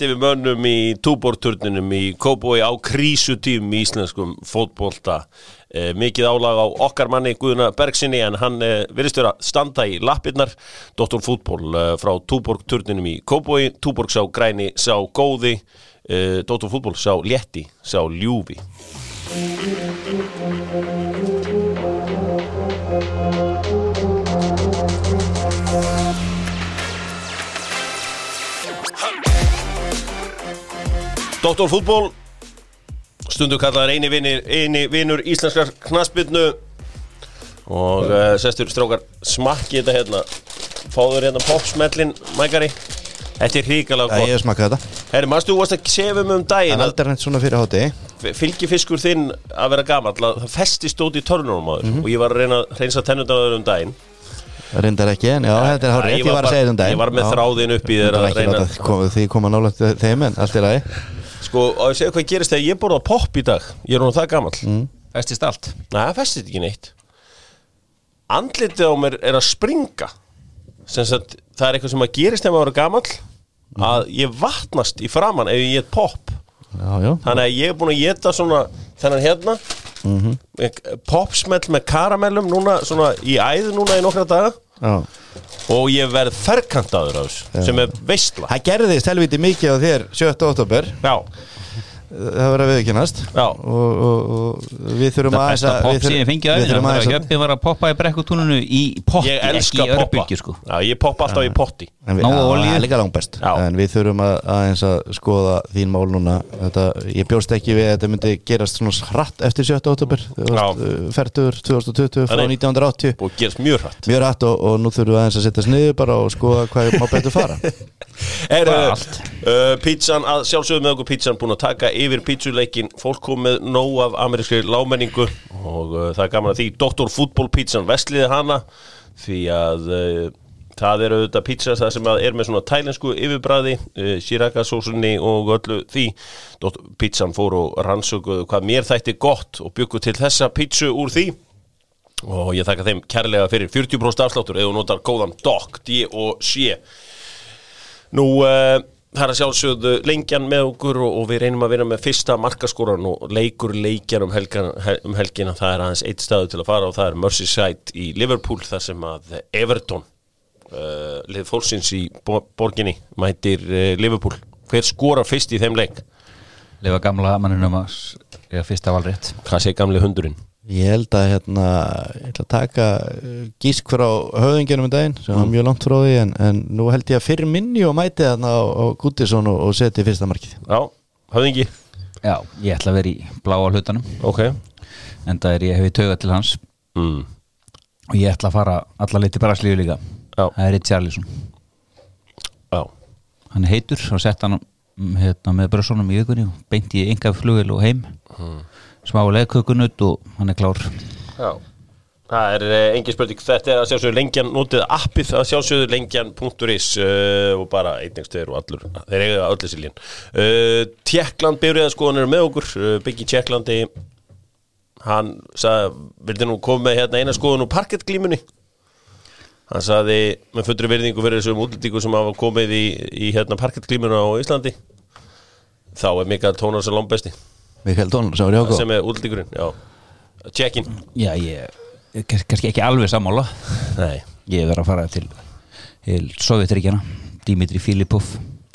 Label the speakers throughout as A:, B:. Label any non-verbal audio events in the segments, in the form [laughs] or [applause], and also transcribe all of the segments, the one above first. A: rétt yfir mönnum í túborturninum í Kóbói á krísutím í íslenskum fótbolta e, mikið álag á okkar manni Guðuna Bergsinni en hann e, virðist vera að standa í lappirnar Dr. Fútból e, frá túborturninum í Kóbói túborg sá græni, sá góði e, Dr. Fútból sá létti sá ljúfi Dr. Fútból stundu kallaðar eini vinur, eini vinur íslenskar knaspinnu og uh, sestur strákar smakki þetta hérna fáður hérna popsmellin mækari þetta er hrikalega
B: Já,
A: gott
B: ég hef smakað þetta
A: herri, mannstu, þú varst að sefum um
B: En
A: daginn að
B: aldrei neitt svona fyrir háti
A: fylgifiskur þinn að vera gamall að það festist út í törnunum á þér
B: Mhm.
A: og ég var að reyna að reynsa tennundaður um daginn
B: Reyndar ekki, en já, þetta er hárið
A: Æ,
B: Ég var að
A: bara-
B: segja þetta um daginn
A: ég var með
B: Já.
A: þráðin upp í þér
B: Reyndar
A: að
B: ekki
A: reyna
B: láta koma- Því koma nálægt þeim, en allt er aði
A: sko, og ég segja hvað gerist þegar ég borða popp í dag ég er hún það gamall
C: Festist allt
A: Nei, það festist ekki neitt Andlitið á mér er að springa sem sagt, það er eitthvað sem að gerist þegar maður er gamall að ég vatnast í framann ef ég get popp
B: Já, já,
A: þannig að ég er búin að geta svona þennan hérna mm popsmell með karamellum núna svona í æð núna í nokkra daga
B: já
A: og ég verð ferkantaður af þessu sem er veistla
B: Það gerðist helviti mikið á þér 7. oktober
A: Já,
B: Það verður að viðkynast
A: Já.
B: og, og, og við þurfum
C: Það
B: aðeins
C: besta
B: að
C: popp
B: við
C: sem ég
B: þurfum-
C: fengi að
B: við þurfum
C: Það var að
B: aðeins að
C: Gjöppi hérna, var að poppa í brekkutúninu í potti,
A: ég elska
C: ekki í
A: poppa
C: örbylgi sko
A: Já, ég poppa alltaf í potti
B: En við-
C: Nóg
B: Já,
C: olíu.
B: það er líka langbest
A: Já.
B: En við þurfum að, aðeins að skoða þín mál núna þetta, Ég bjóst ekki við að þetta myndi gerast svona hratt eftir 7. oktober Fertur 2020 frá
A: Nei, nei.
B: 1980
A: og gerist mjög hratt
B: Mjög rætt og, og nú þurfum við aðeins að setja sniður bara og skoða hvað má betur fara
A: Er, uh,
C: Bara allt.
A: uh, pítsan, að sjálfsögðu með okkur pítsan búin að taka yfir pítsuleikin fólk kom með nóg af amerískri lámenningu og uh, það er gaman að því Dr. Fútból pítsan vestliði hana því að uh, það eru auðvitað pítsa það sem að er með svona tælensku yfirbræði uh, sírakasósunni og öllu því Dr. pítsan fór og rannsökuðu hvað mér þætti gott og byggu til þessa pítsu úr því og ég þakka þeim kærlega fyrir 40% afsláttur eða þú notar góðan DOC, D og C Nú, uh, það er að sjálfsögðu lengjan með okkur og, og við reynum að vinna með fyrsta markaskóran og leikur leikjan um, helgan, hel, um helgina. Það er aðeins eitt staðu til að fara og það er Merseyside í Liverpool þar sem að Everton, uh, lið fólksins í bo- borginni, mætir uh, Liverpool. Hver skorar fyrst í þeim leik?
C: Lefa gamla manninum að s- eiga fyrsta valrétt
A: Hvað segir gamli hundurinn?
B: [laughs] Ég held að hérna, ég ætla að taka eh, gísk frá höfðingjörnum í daginn sem var mjög langt frá því en, en nú held ég að fyrir minni og mæti þarna á, á Guttisson og, og seti fyrsta markið
A: Já, höfðingi.
C: Já, ég ætla að vera í bláa hlutanum
A: Ok.
C: en það er ég hefði tauga til hans
A: Mm.
C: og ég ætla að fara alla leið til Braslíu líka
A: Já.
C: það er Richarlison
A: Já.
C: hann er heitur og sett hann mm, hérna, með brössunum í vikunni og beinti í enga flugil og heim
B: Hmm.
C: smá leðkökunut og hann er klár
A: Já Það er eh, engin spurning, þetta er að sjálfsögðu lengjan notið appið að sjálfsögðu lengjan.is uh, og bara einningstöður og allur, þeir eiga öllu sílín uh, Tjekkland bifriðaskoðan eru með okkur uh, Byggi Tjekklandi hann sagði, vildi nú koma með hérna eina skoðun úr parkettglímunni hann sagði, með fullri verðingu fyrir þessum útlendingu sem hafa komið í, í hérna parkettglímuna á Íslandi þá er Mikael Tónars að lombesti
B: Mikael Dón sem var í Hákó
A: sem er útlendingurinn, já Tjekkin,
C: já, ég er kann- kannski ekki alveg sammála
A: nei
C: ég verð að fara til, til Sovjetríkjana Dimitri Filipov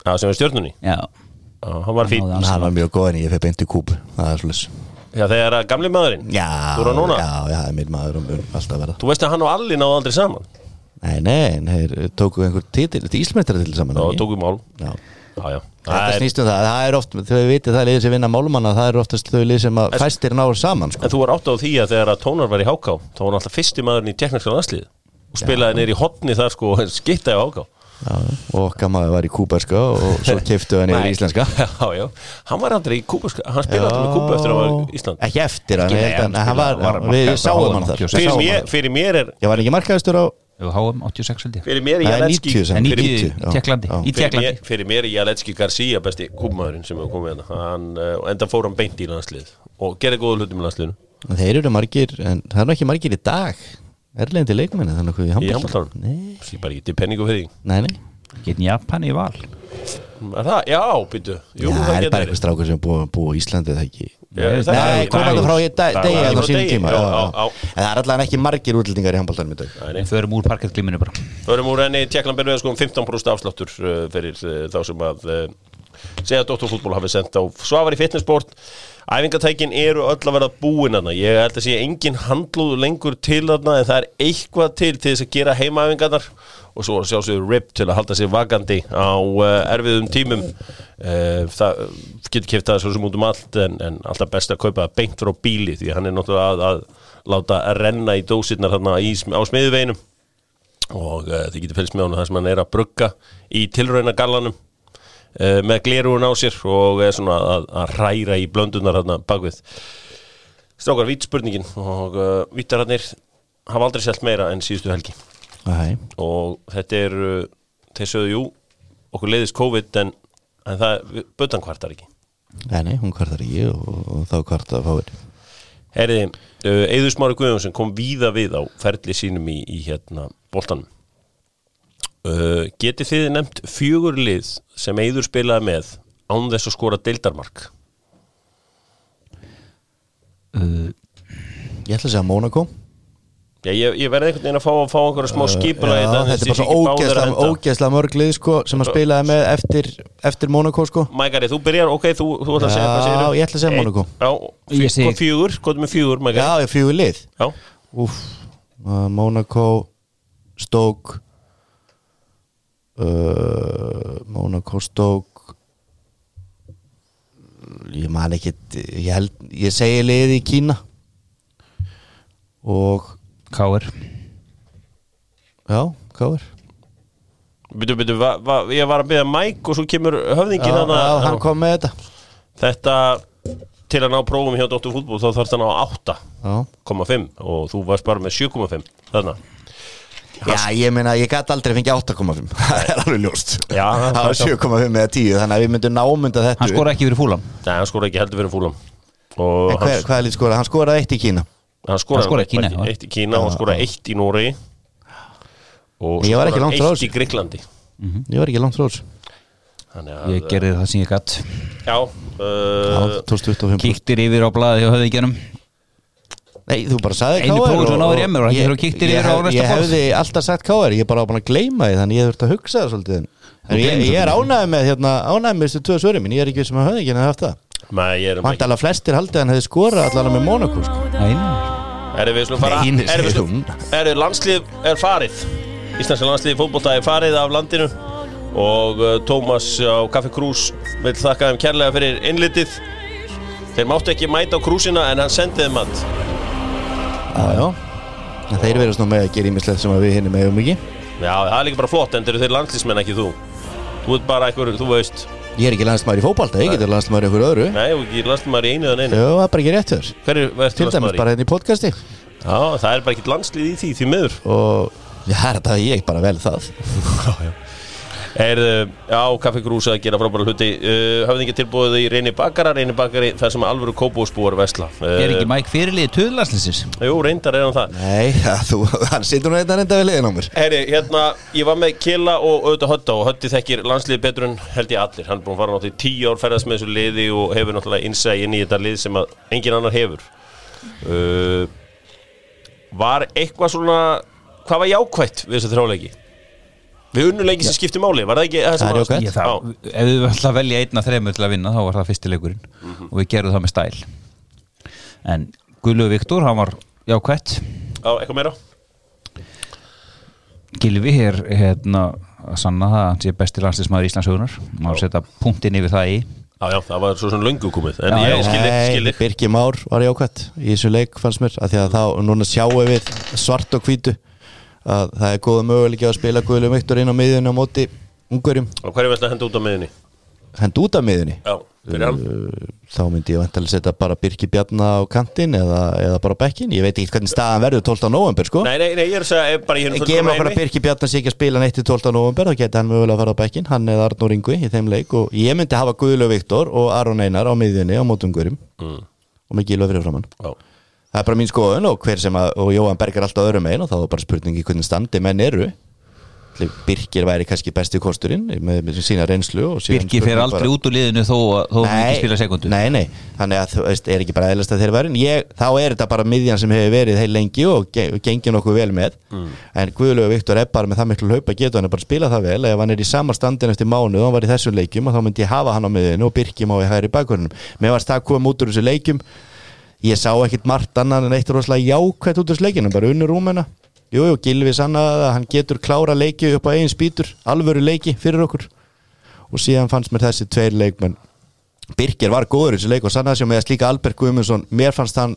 A: Já, sem er stjórnunni
C: já,
A: Já, hann var fín
C: náði
B: Hann
C: hans
B: var mjög góð en ég fyrir beint í kúb Það er svolítið
A: Já, þegar að gamli maðurinn
B: Já,
A: Þú er hann núna?
B: já, já, það er minn maður um, um alltaf að verða
A: Þú veist að hann og Alli náðu aldrei saman
B: Nei, nei, en þeir tóku einhver titil, íslmestara til saman
A: Já,
B: ekki?
A: tókum mál
B: Já.
A: Já, já Það
B: Þetta
A: er-
B: snýst um það, það er oft, þau vitið það er liðið sem vinna málmanna, það er oftast þau liðið sem að fæstir náður saman sko.
A: En þú var átt á því að þegar að Tónar var í Háká þá var hann alltaf fyrsti maðurinn í tekniska landslið og spilaði neyri í hotni þar sko og skittaði á Háká
B: Já, og okkar maður var í kúberska og
A: [laughs]
B: svo keiftu hann yfir í íslenska
A: Já, já Hann var aldrei í Kúba sko, Hann spilaði alltaf með Kúba eftir að hann var í Ísland
B: Ekki eftir hann,
C: Ekki,
B: ég
C: nei,
B: held
C: hann
B: að hann var,
C: spilaði- var að
B: við
C: marka
B: sáum
C: á
B: hann þar
C: HM.
B: Við
A: Fyrir
B: sáum
A: mér,
B: hann.
A: fyrir mér er
B: Ég var ekki markaðistur á
C: við háum 86 held ég
A: Fyrir mér er
B: Nei,
A: Jaletski
B: 90 sem-
C: en 90,
B: 90, já.
C: 90 Tjekklandi,
B: Já.
C: í
A: fyrir
C: Tjekklandi
A: mér, fyrir mér er Jaletski Garcia besti kúmaðurinn sem hefur komið hérna Hann, eh, og enda fór hann beint í landslið og gerði góða hlutum í landsliðinu
B: Þeir eru margir, en það er nú ekki margir í dag Erlendi leikmenni, þannig að hvað í
A: Í
B: handbóltan
A: handbóltanum?
B: Nei,
A: Ég bara getið penningu fyrir því
B: nei, nei
C: Getn Japan í val
A: Er það? Já, býtu Jú,
B: Já,
A: það
B: það er bara
A: getur
B: eitthvað strákur sem búið búi í Íslandi það ekki
A: verið. Já, það
B: Nei,
A: er-
B: komandi frá ég
A: Dagur.
B: degi hérna
A: Dagur.
B: á sínum
A: Degi,
B: tíma
A: já,
B: já,
A: já,
B: já.
A: já.
B: En það er allavega ekki margir útlendingar í handbóltanum í dag
A: Nei, nei.
C: Við förum úr parkettgliminu bara
A: Förum úr enni Tjekklandberðu sko um 15% afsláttur uh, fyrir uh, þá sem að uh, segja að Dóttorfútból hafi sendt á Svavari Fitnessport Æfingatækin eru öll að verða búin hana Ég held að sé engin handlóðu lengur til þarna en það er eitthvað til til þess að gera heimaæfingarnar og svo að sjálfsögur RIP til að halda sig vakandi á uh, erfiðum tímum uh, Það uh, getur kiptað svo sem út um allt en, en alltaf best að kaupa það beint frá bíli því hann er náttúrulega að, að láta renna í dósirnar þarna í, sm- á smiðuveginum og uh, þið getur fylgst með honum það sem hann er að brugga í tilrauna gallanum uh, með glerúin á sér og er svona að, að hræra í blöndunar hérna bakvið Strákar, vít spurningin og uh, vítararnir hafa aldrei selt meira en síðustu helgi
B: Nei,
A: og þetta er, uh, þeir sögðu jú okkur leiðist COVID en, en það, bötan kvartar ekki
B: nei, nei, hún kvartar ekki og, og, og þá kvartar fáir
A: Herði, uh, Eður Smári Guðjónsson kom víða við á ferli sínum í, í hérna boltanum. Uh, getið þið nefnt fjögur lið sem Eður spilaði með án þess að skora deildarmark?
C: uh,
B: Ég ætla að segja Monaco
A: Já, ég, ég verði einhvern veginn að fá, fá einhverja smá hérna, skipula
B: Uh, Já, Þetta er bara svo ógeðslega, ógeðslega mörglið sko, sem að spilaði með eftir, eftir Monaco sko.
A: Mægari, þú byrjar, ok, þú, þú ætla að segja hvað
B: Já,
A: segirðu?
B: ég ætla að segja
A: Einn-
B: Monaco.
A: Já,
C: Ég
A: fjö,
C: segi-
A: hvað fjögur, hvað er með fjögur, Mægari?
B: Já, ég fjögur lið
A: Já.
B: Úf, uh, Monaco Stoke uh, Monaco Stoke ég man ekki ég, held, ég segi liði í Kína og
C: Káir
B: já, hvað er
A: Byttu, byttu, va, va, ég var að byrja Mæk og svo kemur höfðingin
B: já,
A: þarna-
B: já, hann kom með þetta
A: Þetta, til að ná prófum hjá Dóttur fútbol, þá þarf það að ná átta.
B: já.
A: 7,5 og þú varst bara með 7,5 þarna
B: já, ég meina, ég gat aldrei fengið 8,5 [laughs] það er alveg ljóst
A: Já,
B: það
A: það er
B: var 7,5 eða 10 þannig að við myndum námynda þetta
C: Hann skora ekki fyrir fúlan
A: Nei, hann skoraði ekki heldur fyrir fúlam og
B: En hver, hvað er lítið skorað? Hann skoraði eitt í Kína
A: hann skoraði
C: Hann skoraði í Kína,
A: eitt-
C: já.
A: eitt í Kína og hann skoraði eitt í Nóri og
B: Ég
A: svo
B: var ekki
A: skoraði
B: langt frá
A: eitt
B: þessu.
A: í Greiklandi
B: Mhm. Ég var ekki langt frá þessu
A: Þannig
C: Ég
A: að,
C: gerði það sem ég gatt
A: já,
B: Já,
A: uh,
B: 12,25
C: Kíktir yfir á blaði hjá höfðingjanum
B: Nei, þú bara sagði
C: Einu
B: KR
C: prófi
B: og-
C: sem náður í MR og ekki
B: ég-
C: þegar þú kíktir
B: ég
C: yfir á
B: hef-
C: næsta
B: Ég
C: borð.
B: hefði alltaf sagt káar, ég er bara búin að gleyma því Þannig ég þurfti að hugsa það svolítið en- En ég,
C: gleymir
B: ég er
C: svolítið.
B: ánægð með, hérna, ánægð með þessu tvö svöri mín Ég er ekki sem að höfði ekki nefn eftir það
A: maður ég er um
B: Vant
A: ekki
B: alveg flestir haldið að hann hefði skorað allavega með Monaco sko.
C: Nei,
A: Erum við slum fara,
B: Nei, nei,
A: erum við
B: segir
A: slum
B: hún.
A: Erum landslið er farið Íslandska landslið í fótbolta er farið af landinu og uh, Tómas á Kaffi Krús vil þakka þeim kærlega fyrir innlitið Þeir máttu ekki mæta á krúsina en hann sendið þeim að
B: Já, já En þeir verðast nú með að gera ímislegt sem að við hinni meðum ekki
A: Já, það er líka bara flott, en eru þeir landslísmenn ekki þú Þú ert bara einhver, þú veist
B: Ég er ekki landsmaður í fótbalta, ég getur landsmaður í okkur öðru
A: Nei, og ekki landslísmaður í einu eða neinu
B: Jó, það er bara ekki rétt hjá þér
A: Hver er verður
B: Til dæmis
A: landslísmaður í?
B: bara hérna í podcasti
A: Já, það er bara ekkert landslíð í því, því miður
B: Og já, þetta er ég bara vel það
A: Er, já, Kaffi Grús að gera frábæra hluti uh, Hafði ekki tilbúið í reyni bakara, reyni bakari þar sem alvöru kópúsbúar vesla uh,
C: er ekki Mike fyrirlið töðlanslýsins
A: Jú, reyndar er hann það
B: Nei, [laughs] já, þú, hann situr nú eitthvað reynda við liðin á mér
A: Herri, hérna, ég var með Killa og auðvitað Hötta og Hötti þekkir landsliði betur en held ég allir Hann er búin að fara náttúrulega í tíu ár ferðast með þessu liði og hefur náttúrulega innsæði inn í þetta lið sem að engin annar hefur uh, Var eitthvað svona, hvað var jákvætt við þessu þráleiki? Við unnuleiki sem skipti máli, var það ekki það sem
B: Það er
A: var-
B: jákvætt.
C: Ég, það, ef við ætla að velja einna þremur til að vinna þá var það fyrsti leikurinn og við gerðum það með stæl en Guðlöf Viktor, hann var jákvætt
A: Já, já, eitthvað meira?
C: Gilvi er hérna að sanna það að hann sé besti landslismæður Íslandsugunar maður setja punktinn yfir það í
A: Já, já, það var svo svona löngu komið En
C: Já, já.
A: ég skilir, skilir
B: Birgir Már var jákvætt í þessu leik fannst mér af því að þá, núna sjáum við svart og hvítu að það er góða möguleiki á að spila Guðlum Viktor inn á miðunni á móti ungarjum,
A: Og hverju veist að henda út á meðinni?
B: hend út af miðunni
A: Já, fyrir hann
B: Uh, þá myndi ég vantilega setja bara Birgir Bjarna á kantinn eða, eða bara á bekkin ég veit ekki hvernig staðan verður 12. november sko
A: Nei, nei, nei, ég er að segja eh, bara í hérna
B: gefum okkur að Birkir Bjarnar sé ekki að spila neitt til 12. november þá geti hann mögulega að fara á bekkin hann eða Arnur Ingvi í þeim leik og ég myndi hafa Guðlaug Viktor og Aron Einar á miðjunni á mótungurum mm. og með Gílu fyrir framann
A: Já.
B: það er bara mín skoðun og hver sem að og Jóhann Berg er alltaf öðrum einn og þá er bara spurningi hvernig standi menn eru allir Birkir væri kannski besti kosturinn með, með sína reynslu og síðan
C: Birki
B: spurning
C: fer aldrei
B: bara-
C: út úr liðinu þó að þó að hann ekki spila sekundu
B: Nei, nei, þannig að þú veist, er ekki bara eðlast að þeir væri en ég, þá er þetta bara miðjan sem hefur verið heil lengi og ge- og gengið nokkuð vel með
C: Mm.
B: en Guðlögu Viktor er bara með það miklu hlaupa getur hann er bara að spila það vel, ef hann er í sama standin eftir mánuð og hann var í þessum leikjum og þá myndi ég hafa hann á miðinu og Birkjum á í hægri bakvörnum mér varst það að koma út úr þessu leikjum ég sá ekkit margt annan en eitt rosalega jákvætt út úr þessu leikjum, bara unnur rúmena Jú, jú, Gilvi sannaði að hann getur klára leiki upp á eigin spýtur, alvöru leiki fyrir okkur og síðan fannst mér þessi tveir leikmenn Birgir var góður í þessu leik og sannaði sér með að slíka Albert Guðmundsson mér fannst hann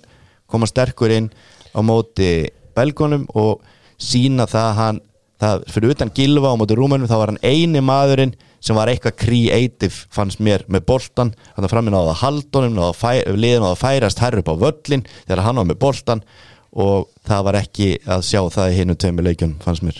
B: koma sterkur inn á móti belgunum og sína það að hann það, fyrir utan Gilva á móti Rúmenum þá var hann eini maðurinn sem var eitthvað creative fannst mér með boltan hann framinn á það haldunum náði að fæ- liðin á það færast herru upp á völlin þegar hann var með boltan og það var ekki að sjá það í hinu tveimur leikjum fannst mér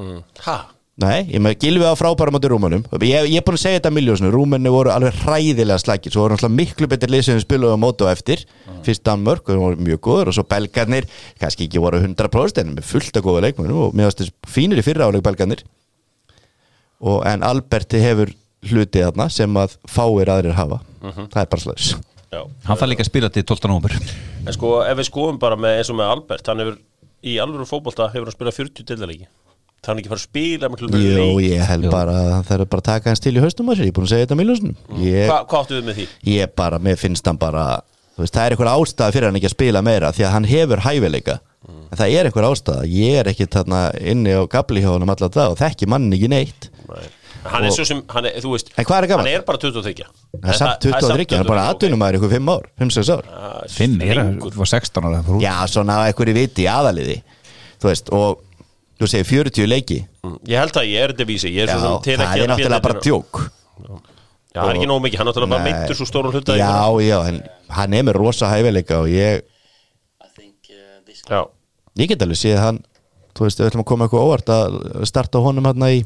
A: mm. Hæ?
B: Nei, ég með gilfið á frábæra móti rúmunum Ég ég er búin að segja þetta miljósinu Rúmunni voru alveg hræðilega slækir Svo voru náttúrulega miklu betur lið sem við spilaðu á móti og eftir Fyrst Danmörk, þau voru mjög góður Og svo belgarnir, kannski ekki voru 100% En með fullt að góða leikmönum Og meðast þess fínir í fyrra áleik belgarnir og, En Alberti hefur hlutið þarna Sem að fáir aðrir hafa Það er bara slags
A: Já
C: Hann fær líka að spila til 12. november
A: En sko, ef við skoðum bara með, eins og með Albert Hann hefur, í alvöru fótbolta hefur hann spilað 40 deildarleiki Það hann ekki fara að spila miklu fleiri
B: Jú,
A: leiki.
B: ég held
C: Jú.
B: bara að það er bara að taka hans til í haustum að sér Ég er búin að segja þetta miljósinu ég,
A: Hva, Hvað áttu við með því?
B: ég bara, mér finnst hann bara þú veist, það er einhver ástæða fyrir hann ekki að spila meira því að hann hefur hæfileika
A: Mm.
B: en það er einhver ástæða, ég er ekki þarna inni á gabli hjá honum allar dag og þekki mann ekki neitt
A: Nei. Hann er
B: Og-
A: svo sem, hann er, þú veist
B: En hvað er gamall?
A: Hann er bara 23
B: það er samt 23, hann er bara atvinnum maður ykkur 5 ár, 5-6 ár
A: Ah,
C: Finn er að
A: Lengur.
C: var 16 ára
B: já, svona að einhverju viti í aðaliði þú veist, og þú segir 40 leiki
A: Mm, Ég held að ég er þetta vísi Ég er
B: já,
A: svo sem
B: það
A: til ekki
B: er
A: að
B: náttúrulega
A: félaginu-
B: bara djók
A: Já, það er ekki nóg mikið, hann er náttúrulega bara
B: Nei.
A: meittur svo stórum hluta í
B: já,
A: fyrra.
B: já, en hann er með rosa hæfileika og ég
D: I think uh, this
A: já
B: ég get alveg séð hann þú veist, við ætlum að koma eitthvað óvart að starta honum hérna í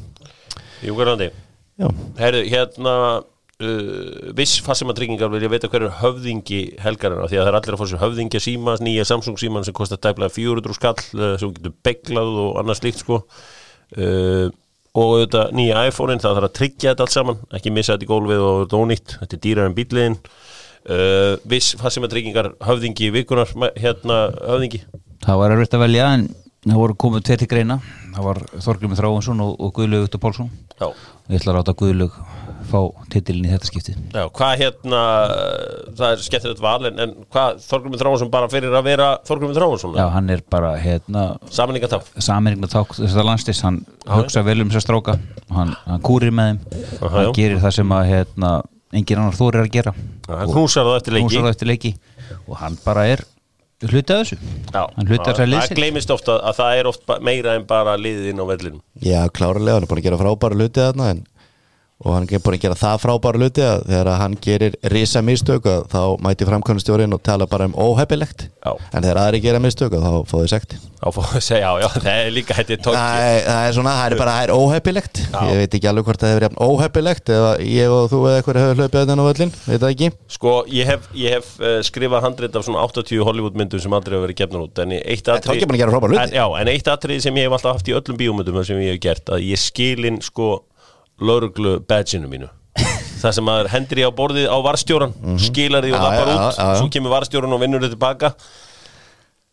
A: Júkarlandi
B: já,
A: Herðu, hérna uh, viss fassimatryggingar vilja vita hver er höfðingi helgarina því að það er allir að fá sér höfðingja síma nýja Samsung síman sem kostar tæplega 400 skall uh, sem þú getur beglað og annað slíkt sko uh, og auðvitað nýja iPhone-in það þarf að tryggja þetta allt saman ekki missa þetta í gólfið og þetta ónýtt þetta er dýrar en bíliðin uh, viss fassimatryggingar höfðingi vikunar ma- hérna höfðingi
C: Það var erfitt að velja en það voru komið tveir til greina Það var Þorgrymur Þráinsson og, og Guðlaug Viktor Pálsson
A: Já,
C: og ég ætla að ráta Guðlaug fá titilin í þetta skipti
A: Já hvað hérna uh, það er skemmtilegt val en, en hvað Þorgruminn Þráinsson bara fyrir að vera Þorgruminn Þráinsson
C: Já, hann er bara hérna
A: Samanlíka
C: saminigna ták þessar landstis hann hugsa vel um þessar stráka hann, hann kúrir með þeim
A: Aha,
C: hann
A: já.
C: gerir það sem að hérna, engin annar þóri er að gera
A: hann knúsar þá eftir leiki.
C: Knúsar þá eftir leiki og hann bara er hluti af þessu
A: Já,
C: hann hluti af þessar
A: það
C: liðsins
A: gleymist ofta að það er oft ba- meira en bara liðið inn á vellinum
B: Já, klárlega, hann er búin að gera frábæra hluti þarna en, og hann er búin að gera það frábæra hluti að þegar að hann gerir risa mistök að þá mæti framkvæmstjórin og tala bara um óhefilegt
A: Já.
B: en þegar aðri gera mistök að þá fá þau sagt
A: á fóðu að segja, [laughs] já, já, það er líka þetta er tóki
B: það, það er svona, það er bara það er óhefilegt
A: Já.
B: ég veit ekki alveg hvort það hefur jafn óhefilegt eða ég og þú eða eitthvað hefur hlaupið þennan á völlin, veit það ekki
A: Sko, ég hef, ég hef uh, skrifað handrit af svona 80 Hollywoodmyndum sem aldrei hafa verið gefnur út En eitt
B: Tóki
A: atrið
B: er búin að gera frábæra hluti.
A: en, Já, en eitt atrið sem ég hef alltaf haft í öllum bíómyndum sem ég hef gert Að ég skilin, sko, lauruglu badginu
B: [laughs]
A: mínu Það sem maður hendir í á borðið á varstjóran Skilar því og
B: Mhm. Já,
A: lappar
B: já,
A: út
B: já, já.
A: Svo kemur varstjóran og vinnur þetta tilbaka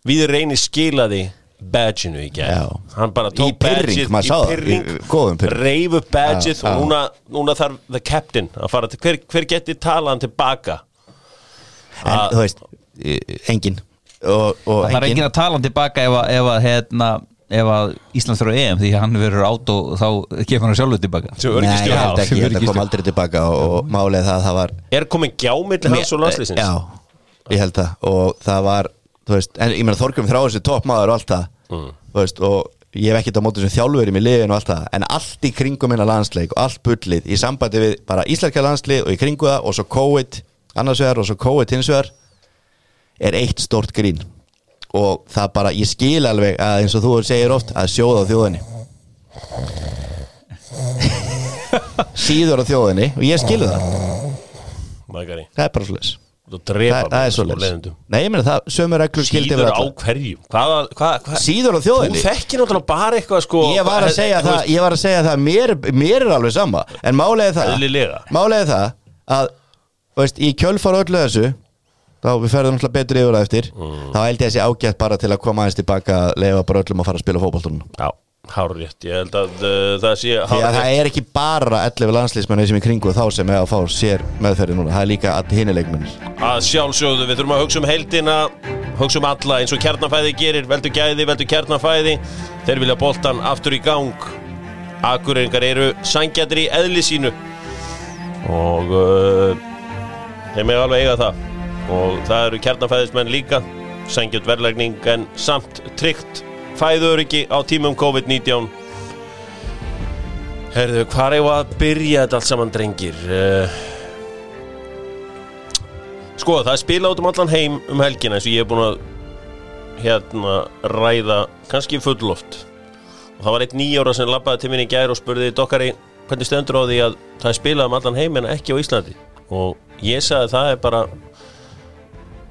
A: Við reynir skilaði badginu í
B: Já.
A: gær Hann bara tók
B: Í pirring,
A: badgið
B: maður sá
A: í
B: það,
A: pyrring,
B: í- góðum pirring.
A: reyfu badgið
B: Já,
A: og
B: já.
A: núna, núna þarf the captain að fara til hver, hver geti talaðan tilbaka
B: en þú veist, engin og, og
C: það er engin að tala hann tilbaka ef að, ef að hérna ef að Ísland þurfa EM því hann verður átt og þá kemur hann sjálfur tilbaka
A: Sem
B: Nei,
A: öryggisstjóri.
B: ég held ekki,
C: Já,
B: þetta kom
C: öryggisstjóri.
B: aldrei tilbaka og, og málið það að það var
A: er komin gjá millir hans og landslýsins
B: Já, ég held það og það var, þú veist, en ég meina Þorgum þrá þessi toppmaður og allt það
A: Mm.
B: þú veist, og ég hef ekkert á móti sem þjálfurum í liðinu og allt það, en allt í kringum minna landsleik og allt bullið í sambandi við bara íslenska landslið og í kringu það og svo COVID annars vegar og svo COVID hins vegar er eitt stort grín og það bara, ég skil alveg að eins og þú segir oft að sjóða á þjóðinni [laughs] síður á þjóðinni og ég skil það
A: Magari.
B: það er bara sless
A: Þú drepa
B: það, það er
A: sko,
B: svo leins
A: leiðendum.
B: Nei, ég meina það, sömu reglur gildi
A: Síður
B: fyrir
A: á
B: alla.
A: hverjum Hvaða, hvað, hvað
B: Síður á
A: Þú
B: þjóðinni
A: þekkir náttúrulega bara eitthvað sko
B: Ég var að segja
A: þú
B: það,
A: veist,
B: ég var að segja það mér, mér er alveg sama En málega það
A: Eðlilega.
B: Málega það að þú veist, Í kjölfar öllu þessu Þá við ferðum alltaf betur yfir það eftir
A: Mm.
B: Þá held ég þessi ágætt bara til að koma aðeins tilbaka að Leifa bara öllum að fara að spila fótboltunum
A: Já, hárétt Ég held að uh, það sé
B: Því að
A: hárrétt.
B: það er ekki bara 11 landslýsmenni sem í kringu þá sem er að fá sér meðferði núna Það er líka að hinnileikmenn
A: Að sjálfsögðu, við þurfum að hugsa um heldina hugsa um alla eins og kjarnafæði gerir veldu gæði, veldu kjarnafæði þeir vilja boltan aftur í gang Akureyringar eru sangjættir í eðli sínu og uh, þeir með alveg eiga það og það eru kjarnafæðismenn líka sangjætt verðlægning en samt tryggt fæðuröryggi á tímum COVID-19 Herðu, hvar eigum við að byrja þetta allt saman, drengir? Uh, Sko, það er spila út um allan heim um helgina eins og ég er búin að hérna ræða kannski fullloft og það var eitt nýjára sem labbaði til mín í gær og spurði dokkari hvernig stendur á því að það er spilað um allan heim en ekki á Íslandi og ég sagði að það er bara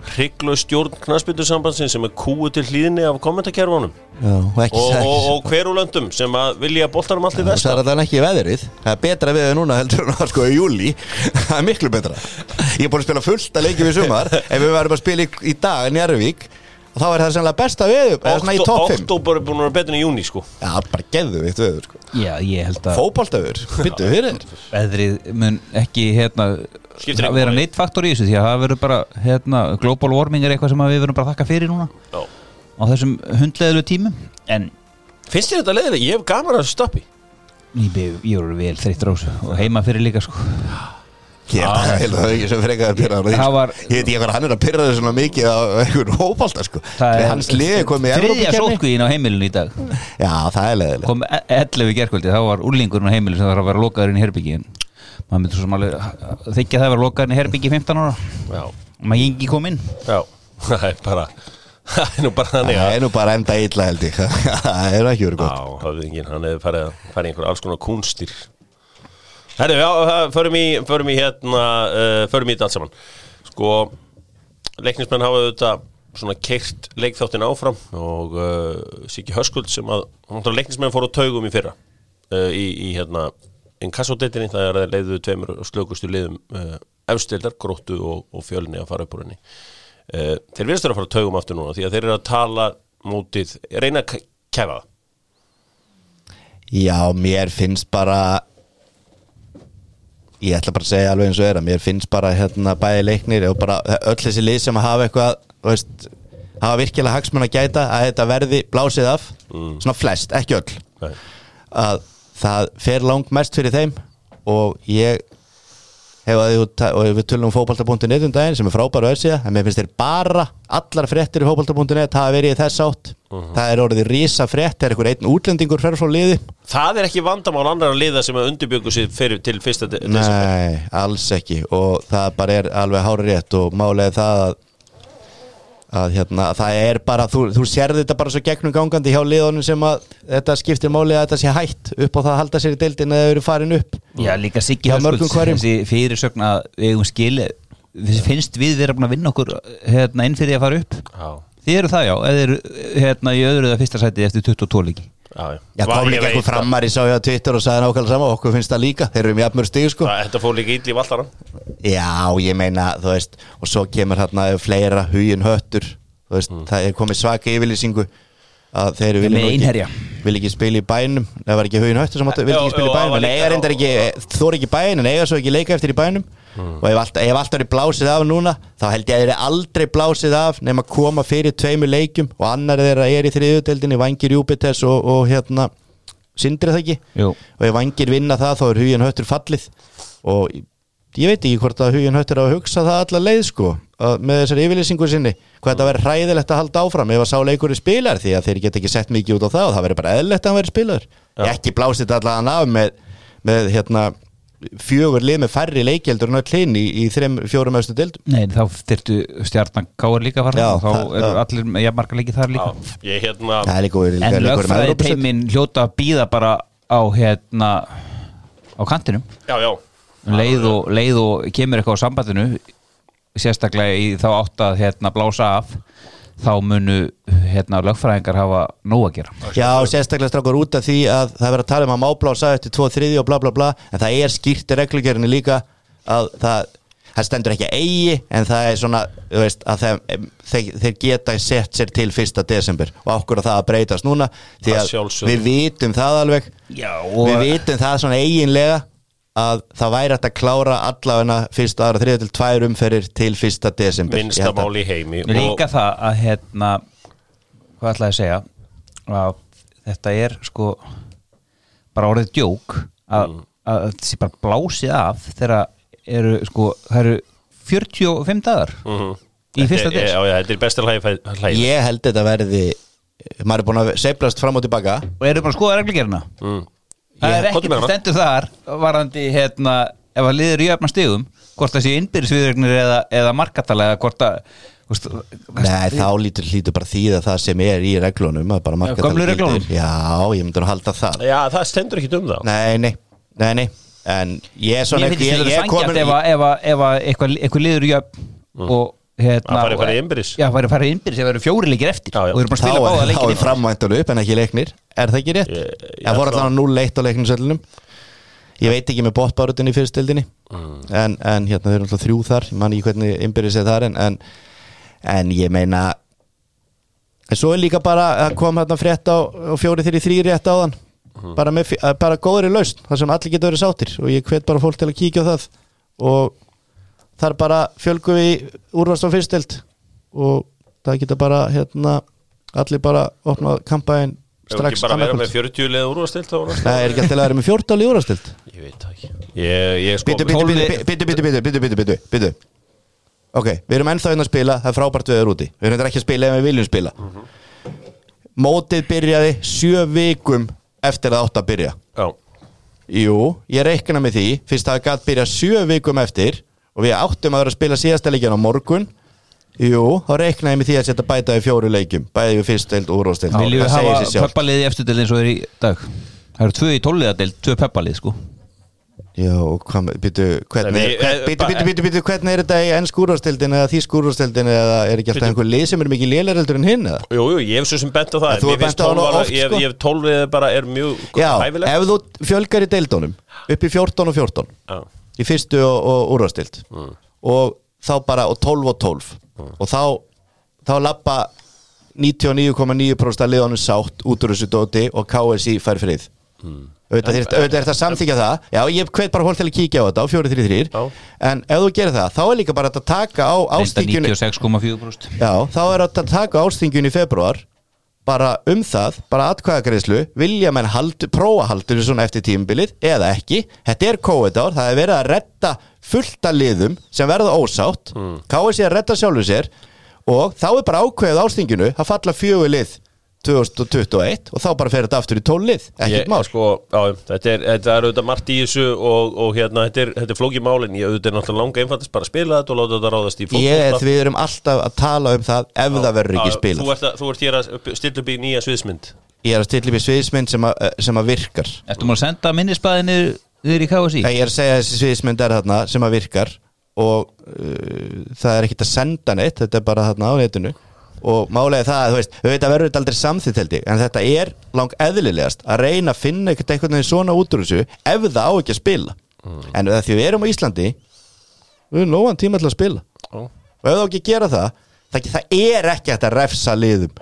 A: hrygglu stjórn knarsbyttursambansin sem er kúu til hlýðinni af kommentarkerfunum
B: Já, og ekki [laughs]
A: og,
B: ekki-
A: og, og hverulöndum sem að vilja boltanum allt í
B: Og
A: þess
B: það er allan ekki í veðrið Það er betra veður núna heldur en það var sko í júli Það er miklu betra Ég er búin að spila fullt að leikjum í
C: [laughs]
B: sumar Ef við varum að spila í, í dag í Njárvík Þá er það sennilega besta veður Eða svona í topp 5
A: Oktober er búin að vera betur en í júni sko
B: Já, bara geðu eitt veður sko.
C: Já, ég held að [laughs]
B: Fóbaltaveður, byttu fyrir þér
C: veðrið mun ekki hérna
A: Skiptir
C: það
A: engu
C: vera
A: máli.
C: neitt faktor í þessu því að það verður bara hérna, global warming er eitthvað sem að við verðum bara að þakka fyrir núna
A: Já.
C: á þessum hundleðlu tímum en
A: Finnst þér þetta leiðileg? Ég hef gaman að stoppi
C: ég, be- ég er vel þreyttur á þessu og heima fyrir líka sko
B: Ég er bara heil og ekki sem frekar að pyrra
C: Það var-
B: Ég veit ég hvað hann er að pyrra þau svona mikið á einhvern hóbalta sko.
C: Það er
B: Hans liði komið í
C: þriðja
B: Evrópukeppni.
C: sótkvíðin á heimilinu í dag
B: Já, það er leðilega
C: kom e- 11 í gerkvöldi, þá var úrlingurinn á heimilinu sem var að vera lokaður inn í herbyggi en maður myndur svo sem alveg þykja það að vera lokaður inn í herbyggi í 15 ára og
A: Já
C: maður gengi kom inn
A: Já, það er bara Það er nú bara þannig
B: Það
A: að
B: er nú bara enda illa held ég [laughs] Það er ekki verið gott
A: Já, höfðingin, hann hefði farið að farið einhver alls konar kúnstir Herru, já, það- förum í, förum í hérna uh, förum í þetta allt saman Sko, leiknismenn hafa þetta svona keirt leikþáttin áfram og uh, Siki Höskuld sem að, náttúrulega leiknismenn fóru á taugum í fyrra uh, í, í hérna inkassodetinni, það er að leiðu tveimur slökustu liðum uh, efstildar, gróttu og, og fjölni að fara upp úr henni uh, Þeir virðast vera að fara á taugum aftur núna því að þeir eru að tala mútið, reyna að k- kæfa það
B: Já, mér finnst bara ég ætla bara að segja alveg eins og er að mér finnst bara hérna bæði leiknir og bara öll þessi lið sem hafa eitthvað þú veist, hafa virkilega hagsmenn að gæta að þetta verði blásið af svona flest, ekki öll
A: Nei.
B: að það fer langt mest fyrir þeim og ég hef að þú ta- og við tölum um fótbalta.net um daginn sem er frábæru öðsíða en mér finnst þeir bara allar fréttir í fótbalta.net hafa verið í þess átt það er orðið rísa frétt þegar einhver einn útlendingur fer frá liði
A: Það er ekki vandamál annar liða sem að undirbjöngu sér fyrir, til fyrsta de- desember.
B: Nei, alls ekki og það bara er alveg hárið rétt og málega það að, að hérna, það er bara, þú, þú sérði þetta bara svo gegnum gangandi hjá liðunum sem að þetta skiptir máli að þetta sé hætt upp á það að halda sér í deildin eða eru farin upp
C: Já, líka Siggi
B: Já, mörgum
C: Höskulds
B: hverjum.
C: þessi fyrirsögn að við eigum skil við finnst við vera búin að vinna okkur hérna, inn fyrir því að fara upp
A: Já,
C: þið eru það já, eða eru hérna, í öðru eða fyrsta sætið eftir 22 leiki
A: já,
B: Já,
A: Var-
B: kom
A: ég
B: líka
A: veit
B: eitthvað framar í sá hjá Twitter og sagði nákvæmlega sama, okkur finnst það líka, þeir eru um jafnmör stig sko.
A: að- að Þetta fór líka ítli í vallana
B: Já, ég meina, þú veist og svo kemur hérna fleira hugin höttur þú veist,
A: Mm.
B: það er komið svaka yfirlýsingu að þeir vilja
C: Með
B: nú
C: Einherja.
B: ekki, vil ekki spila í bænum það var ekki hugin höttur sem áttu, vil
A: Já,
B: ekki spila
A: já,
B: í bænum
A: það
B: en
A: var
B: eiga
A: líka-
B: reyndar ekki, þú ekki í bæin en eiga svo ekki leika eftir í bænum
A: Mm.
B: og ef allt, ef allt verið blásið af núna þá held ég að þeir eru aldrei blásið af nema koma fyrir tveimur leikjum og annar þeirra er í þriðudeldinni, Vangir Júpiters og, og hérna, sindri það ekki
C: Jú.
B: og ef vangir vinna það þá er hugin höttur fallið og ég veit ekki hvort að hugin höttur á að hugsa það alla leið sko að- með þessari yfirlýsingu sinni hvað þetta verður hræðilegt að halda áfram ef að sá leikur er spilar því að þeir geta ekki sett mikið út á það og það verður bara eðlilegt að hann verður spilar ekki blásið þetta allan af með, með hérna fjögur lið með færri leikjeldur en öll hinn í, í þrem fjórum östu deildum
C: Nei, þá þyrtu stjarnan káar líka að fara
B: Já,
C: já, þá
B: það-
C: eru
B: já.
C: allir með jafnmarka leiki þar líka
A: Já, ég hérna
B: það er líka verið
C: en
B: leikur um
C: lögfræði
B: Evrópusæti.
C: teimin hljóta að býða bara á hérna á kantinum Um
A: Já, já
B: Um
C: leið og, leið og kemur eitthvað á sambandinu sérstaklega í þá átt að hérna, blása af þá munu hérna, lögfræðingar hafa nóg að gera
B: Já, sérstaklega strákur út af því að það verður að tala um að máblása eftir 2-3 og bla bla bla en það er skýrt í reglugjörinu líka að það, það stendur ekki að eigi en það er svona, þú veist, að þeim, þeir, þeir geta sett sér til 1. desember og okkur að það að breytast núna því
A: Að
B: að
A: sjálfsögðu.
B: við vitum það alveg
C: Já,
B: við vitum það svona eiginlega að það væri hægt að klára allavegna fyrst aðra þriða til tvær umferir til 1. desember Ég held að-
A: minnstamáli í heimi
C: Líka það að hérna hvað ætlaði að segja að þetta er sko bara orðið djók að, að þetta sé bara blásið af þegar eru sko það eru 45 dagar í
A: Mhm. Þetta
C: fyrsta
A: er-
C: des
A: Já, já, þetta er besta hlæði
B: Ég held þetta verði maður er búin að seiflast fram og tilbaka
C: og eru bara að skoða reglugerina
A: Mm.
C: það
A: Ég-
C: er
A: komdu
C: ekki
A: með hana.
C: stendur þar varandi hérna ef að liður í öfna stigum hvort það sé innbyrðisviðregnir eða, eða markatalega hvort að hvort,
B: Nei, þá lítur hlýtur bara þýða það sem er í reglunum að bara marka
C: Já, gömlu
B: það gildir.
C: reglunum.
B: Já, ég myndi að halda það
A: Já, það stendur ekki um það
B: Nei, nei, nei, nei En ég er svona
C: ég veit ekki
B: ég,
C: þetta
B: ég
C: sangjart ef að- ef að- ef að eitthvað eitthvað liður jöfn
B: Mm.
C: og hérna
A: Að fara í-
C: og-
A: fara í innbyrðis.
C: já, fara í fara í innbyrðis ef það eru fjóri leikir eftir
A: Já, já.
C: og eru bara að
B: Þá
C: spila báða
B: er, þá er
C: leikinni
B: framvæntan upp en ekki leiknir Er það ekki rétt?
A: Ég- ég
B: það fór
A: ætla-
B: allan 0-1 á leiknisöldunum Ég veit ekki með bóttbárutin í fyrirstildinni
C: Mm.
B: en, en hérna þau eru alltaf þrjú þar Ég man ekki hvernig innbyrðið sér þar en, en, en ég meina En svo er líka bara að kom hérna frétt á og fjóri þeirri þrýri rétt áðan
A: Mhm.
B: bara, með, fi- að bara góðri lausn þar sem allir geta verið sáttir og ég hvet bara fólk til að kíkja á það og þar bara fjölgu við úrvast á fyrstild og það geta bara hérna, allir bara opnað kampaðin
A: Ef ekki
B: strax
A: bara vera
B: annarkvöld.
A: með 40 leða úrvastilt þá er það-
B: Nei, er ekki alltaf að vera með 14 í úrvastild
A: Ég veit það ekki Ég, ég sko
B: Bítu, bítu, bítu, bítu, bítu, bítu, bítu, bítu, bítu, bítu Ok, við erum ennþá inn að spila, það er frábært við erum úti Við erum þetta ekki að spila ef við viljum spila Mótið byrjaði sjö vikum eftir að það átt að byrja
A: Já,
B: Jú, ég reikna með því Fyrst það gætt byrja sjö vikum eftir Og við áttum að vera að spila síðasta leikjan á morgun Jú, þá reikna ég með því að setja bæta í fjóru leikjum Bæði við fyrst deild og úrvasteild
C: viljum við
B: Það segir sig
C: hafa
B: sjálft.
C: peppalið í eftir eins og er í dag það eru tvö í tóliðadel, tvö peppalið sko
B: Já, og hvað með, býtu, hvernig
A: Nei, við-
B: er,
A: eh,
B: býtu,
A: ba-
B: býtu, býtu, býtu, hvernig er þetta í enn skúrastildin eða því skúrastildin eða er ekki alltaf
A: Bíddu.
B: einhver lið sem er mikið lélareldur en hinn eða?
A: jú, jú, ég hef svo sem bent á það
B: En þú
A: Mér
B: hefur
A: finnst
B: bent á hana
A: 12
B: oft,
A: ég-
B: sko.
A: Ég hef 12 leða bara er mjög
B: Já,
A: hæfilegt
B: ef þú fjölgar í deildunum upp í 14 og 14
A: Já.
B: í fyrstu og, og úrastild og þá bara, og 12 og 12 og þá, þá lappa 99,9% af liðanum sátt út úr þessu dóti og KSI fær frið auðvitað þyrft- auðvitað er þetta að samþykja það já, ég hvet bara hólk til að kíkja á þetta á 4-3-3
A: Já.
B: en ef þú gerir það, þá er líka bara hægt að taka á ástíkjunni
C: Reyndar 96,4%
B: Já, þá er hægt að taka ástingun í februar bara um það, bara atkvæðagreislu vilja menn hald, prófa haldur svona eftir tímbilið eða ekki þetta er kóðar, það er verið að retta fullta liðum sem verða ósátt mm. KSI að retta sjálfu sér og þá er bara ákveðið ástinginu að falla fjögur lið 2021 og þá bara fer þetta aftur í tól lið
A: Ég,
B: ekkert mál
A: sko, á, þetta, er, þetta er auðvitað margt í þessu og, og hérna, þetta er, þetta er flókið málin ég auðvitað er náttúrulega langa einfaldist bara að spila þetta og láta þetta ráðast í
B: Ég er
A: fótbolta.
B: því við erum alltaf að tala um það ef það verður
A: Já,
B: ekki spilað
A: Þú ert, að, þú ert hér að upp- stilla upp í nýja sviðsmynd
B: Ég er að stilla upp í sviðismynd sem, að- eh, sem að virkar
C: Ertu maður að senda minnisbæðinni niður í KSI?
B: Nei, ég er að segja að þessi sviðismynd er þarna sem að virkar og uh, það er ekkit að senda neitt þetta er bara þarna á netinu og málega það, að, þú veist, við veit að verður þetta aldrei samþýtt held ég, en þetta er lang eðlilegast að reyna að finna eitthvað einhvern veginn svona út úr þessu ef það á ekki að spila
A: Mm.
B: en það því við erum á Íslandi við erum nógan tíma til að spila og ef það á ekki að gera það það, það er ekki hægt að refsa liðum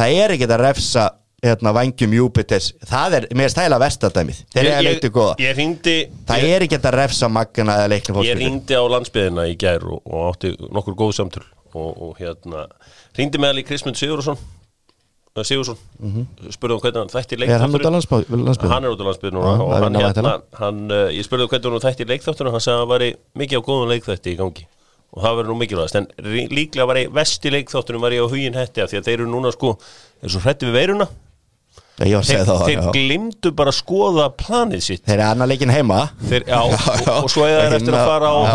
B: það er ekki hægt að refsa hérna, vangjum Júpiters, það er mér stæla vestadæmið, þeir eru
A: Ég-
B: leiktu góða
A: Ég, ég hringdi
B: Það
A: ég,
B: er ekki hægt að refsa maggana eða leiknum
A: ég
B: fólksbyrjum
A: hringdi á landsbyðina í gær og, og átti nokkur góð samtöl og, og hérna hringdi með alveg Krismund Sigurðsson eh, Sigurðsson, spurði hann hvernig hann þætti
B: Mhm. Er hann út á
A: leikþátturinn.
B: landsbyrjum?
A: hann er út á landsbyrðu
B: Já,
A: núna og
B: það er
A: hann,
B: nálægt
A: hérna,
B: hennar.
A: hann, uh, ég spurði hvernig hún þætti í leikþáttunum hann sagði að hann væri mikið á góðum leikþætti í gangi og það verður nú mikilvægast en rí- líklega var ég vest í leikþáttunum var ég á hugin hætti af því að þeir eru núna sko er svo hrætti við veiruna
B: Ég var að segja
A: þeir,
B: það
A: þeir
B: já.
A: glimdu bara að skoða planið sitt
B: Þeir eru annar leikin heima
A: Þeir, já, og, og svo eða er eftir að fara á
B: Já.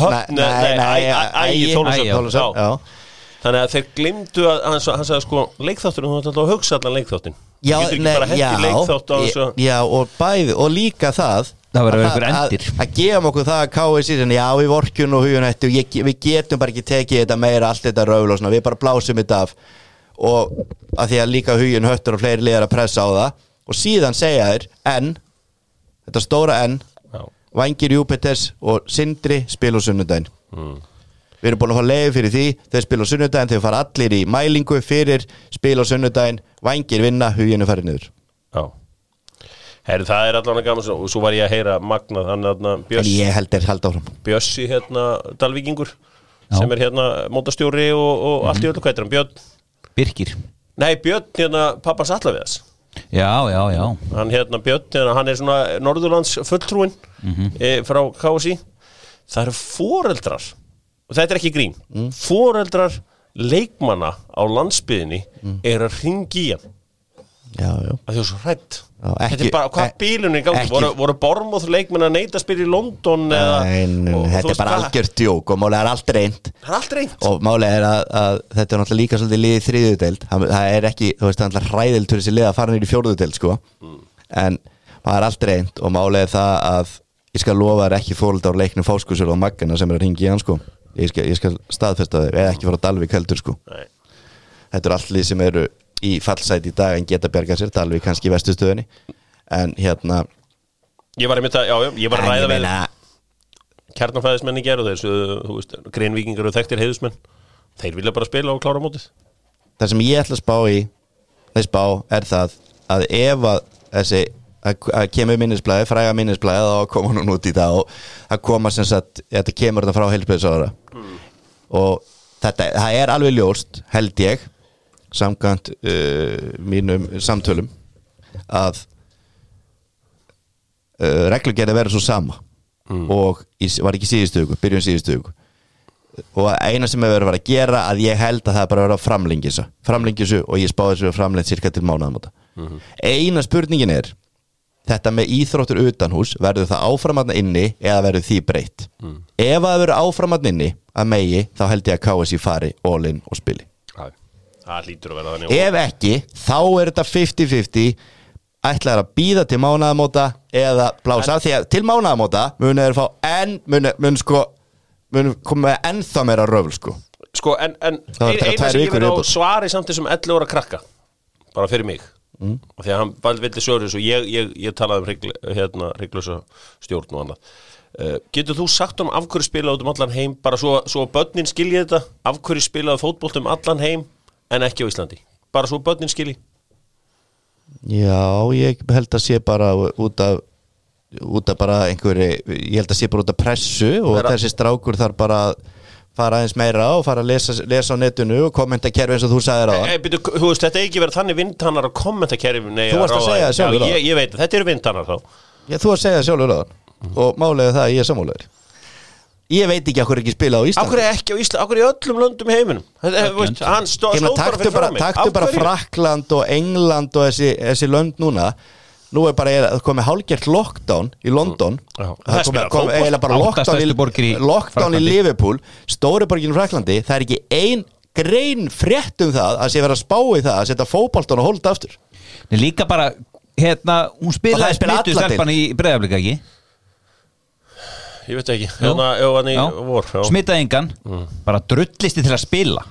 A: höfn, nei, nei, æ, æ, æ, æ,
B: Ægi, Þólasöfn,
A: Þólusöfn, já
B: já.
A: Þannig að þeir glimtu að, hann, sa- hann sagði sko, leikþátturinn, þú ætti alltaf að hugsa allan leikþáttin
B: Já,
A: Þú getur ekki
B: nei,
A: bara hætti leikþátt á
B: já,
A: þessu
B: já, og bæði, og líka það
C: það verður að vera
B: Að-
C: einhver
B: að-
C: endir
B: að gefum okkur það að KSI en já við vorkun og hugun eftir ég, við getum bara ekki tekið þetta meira allt þetta raul og svona við bara blásum þetta af og að því að líka hugin höttur og fleiri liðar að pressa á það og síðan segja þér en þetta stóra en
A: Já.
B: Vangir Júpiters og Sindri spila á sunnudaginn
A: Hmm.
B: við erum búin að fá leiði fyrir því þeir spila á sunnudaginn, þeir fara allir í mælingu fyrir spila á sunnudaginn Vangir vinna, huginu farið niður
A: Já Herri, það er allan að gaman svo, og svo var ég að heyra Magna, hann er þarna
B: en
A: Björs,
B: ég held þeir held áfram
A: Bjössi hérna, Dalvíkingur
C: Já.
A: sem er hérna mótastjóri og, og allt í öllu hvað er hann, Björn
C: Birkir
A: Nei, Björn hérna, pappas allaveðas
C: Já, já, já
A: hann hérna Björn, hérna, hann er svona Norðurlands fulltrúin e, frá KSI það eru foreldrar og þetta er ekki grín foreldrar leikmanna á landsbyðinni er að ringi í hann
B: já, já
A: að því það er svo hrætt
B: Já, ekki-
A: þetta er bara, hvað
B: e-
A: bílunni gangi
B: ekki-
A: voru, voru Bormóð leikmenn að neyta að spila í London eða,
B: en
A: og- og þú
B: þetta
A: veist
B: er bara
A: hvað,
B: algjört djók og málega er allt reynd
A: það er allt reynd
B: og málega er að, að þetta er náttúrulega líka svolítið liðið þriðudeld það það er ekki, þú veist, það er náttúrulega hræðild fyrir þessi lið að fara nýri fjóruðudeld sko en maður er allt reynd og málega er það að ég skal lofa þér ekki fólita á leiknum fáskusul og maggana sem er að ringi í hann sko ég skal, ég skal staðfesta þau, eða ekki fara á Dalvík heldur sko
A: Nei.
B: þetta eru allt lið sem eru í fallsæti í dag en geta bjargað sér, Dalvík kannski í vestustöðinni en hérna
A: ég var einmitt að, já, já, ég var að
B: en ég
A: ræða við
B: meina-
A: kjarnanfæðismenn í gerð og þessu, þú veist, greinvíkingar og þekktir heiðismenn, þeir vilja bara spila og klára mótið
B: það sem ég ætla að spá í nei spá er það að ef að þessi að að kemur minnisblæði, fræga minnisblæði þá koma hún út í það og það koma sem sagt, þetta kemur þetta frá heilsbyrðsára og þetta, það er alveg ljóst, held ég samkvæmt uh, mínum samtölum að uh, reglugerði verður svo sama og í, var ekki síðustu ykkur, byrjun síðustu ykkur og að eina sem hefur verið að fara að gera að ég held að það er bara að vera að framlengisa framlengisu og ég spáði þessu að framlengt cirka til mánaðamóta eina spurningin er þetta með íþróttur utanhús verður það áframatna inni eða verður því breytt ef að það verður áframatna inni að megi þá held ég að KSI fari all in og spili
A: Æ. það lítur að vera þannig
B: ef ekki þá er þetta 50-50 ætlaður að býða til mánaðamóta eða blása af því að til mánaðamóta munið er fá enn munið mun sko munið koma með ennþá meira röfl sko
A: sko, en, en
B: Það var að taka
A: eina
B: tvær
A: sem ég
B: vikur
A: vil á
B: í viðbót.
A: svari samt þessum 11 ára krakka bara fyrir mig mm. og því að hann vald vildi svöru og ég, ég, ég talaði um hrygl, hérna, hryglösa stjórn og annað uh, getur þú sagt um af hverju spilaðu út um allan heim bara svo, svo að börnin skilji þetta af hverju spilaðu fótbolt um allan heim en ekki á Íslandi bara svo að börnin skilji
B: Já, ég held að sé bara út af út af bara einhverju, ég held að sé bara út af pressu og
A: Vera-
B: þessi strákur þarf bara að fara aðeins meira og fara að lesa, lesa á netinu og kommenta kerfi eins og þú sagðir á
A: e, byrju, þú veist, þetta er ekki verið þannig vindanar að kommentakerfi nei,
B: Þú varst að
A: ráða-
B: segja það
A: Já,
B: sjálfur áðan.
A: ég, ég veit, þetta eru vindanar þá
B: Já, þú að segja sjálfur á
A: Mhm.
B: það og málega það að ég er sammálaður Ég veit ekki að hverju ekki spila á
A: Af
B: Íslandi
A: hverju ekki á Íslandi, af hverju í öllum löndum í heiminum Þetta- eh, veist, Hann stó,
B: Ég meina,
A: stóð bara
B: taktu
A: fyrir
B: bara,
A: fram mig
B: taktu bara Frakland og England og þessi, þessi lönd núna Nú er bara eiginlega- það komið hálgert lockdown í London
A: Já.
B: Það
A: Það
B: komið
A: spilar
B: kom
A: fótbolta.
B: eiginlega bara
C: Átta
B: lockdown
C: stærstu borgir
B: í,
C: í
B: lockdown í
C: Frakklandi.
B: Liverpool Stóri borgin í Fraklandi Það er ekki ein grein frétt um það að sé verið að spá í það að setja fótboltan og holda aftur
C: Nei, líka bara, hérna, hún
B: Og það
C: spilaði
B: er spilað
C: smittu
B: alla
C: stelpan í breyðaflika ekki
A: Ég veit ekki, hérna, jú, hann í vor já.
C: Smitaði engan,
B: Mm.
C: bara drullisti til að spila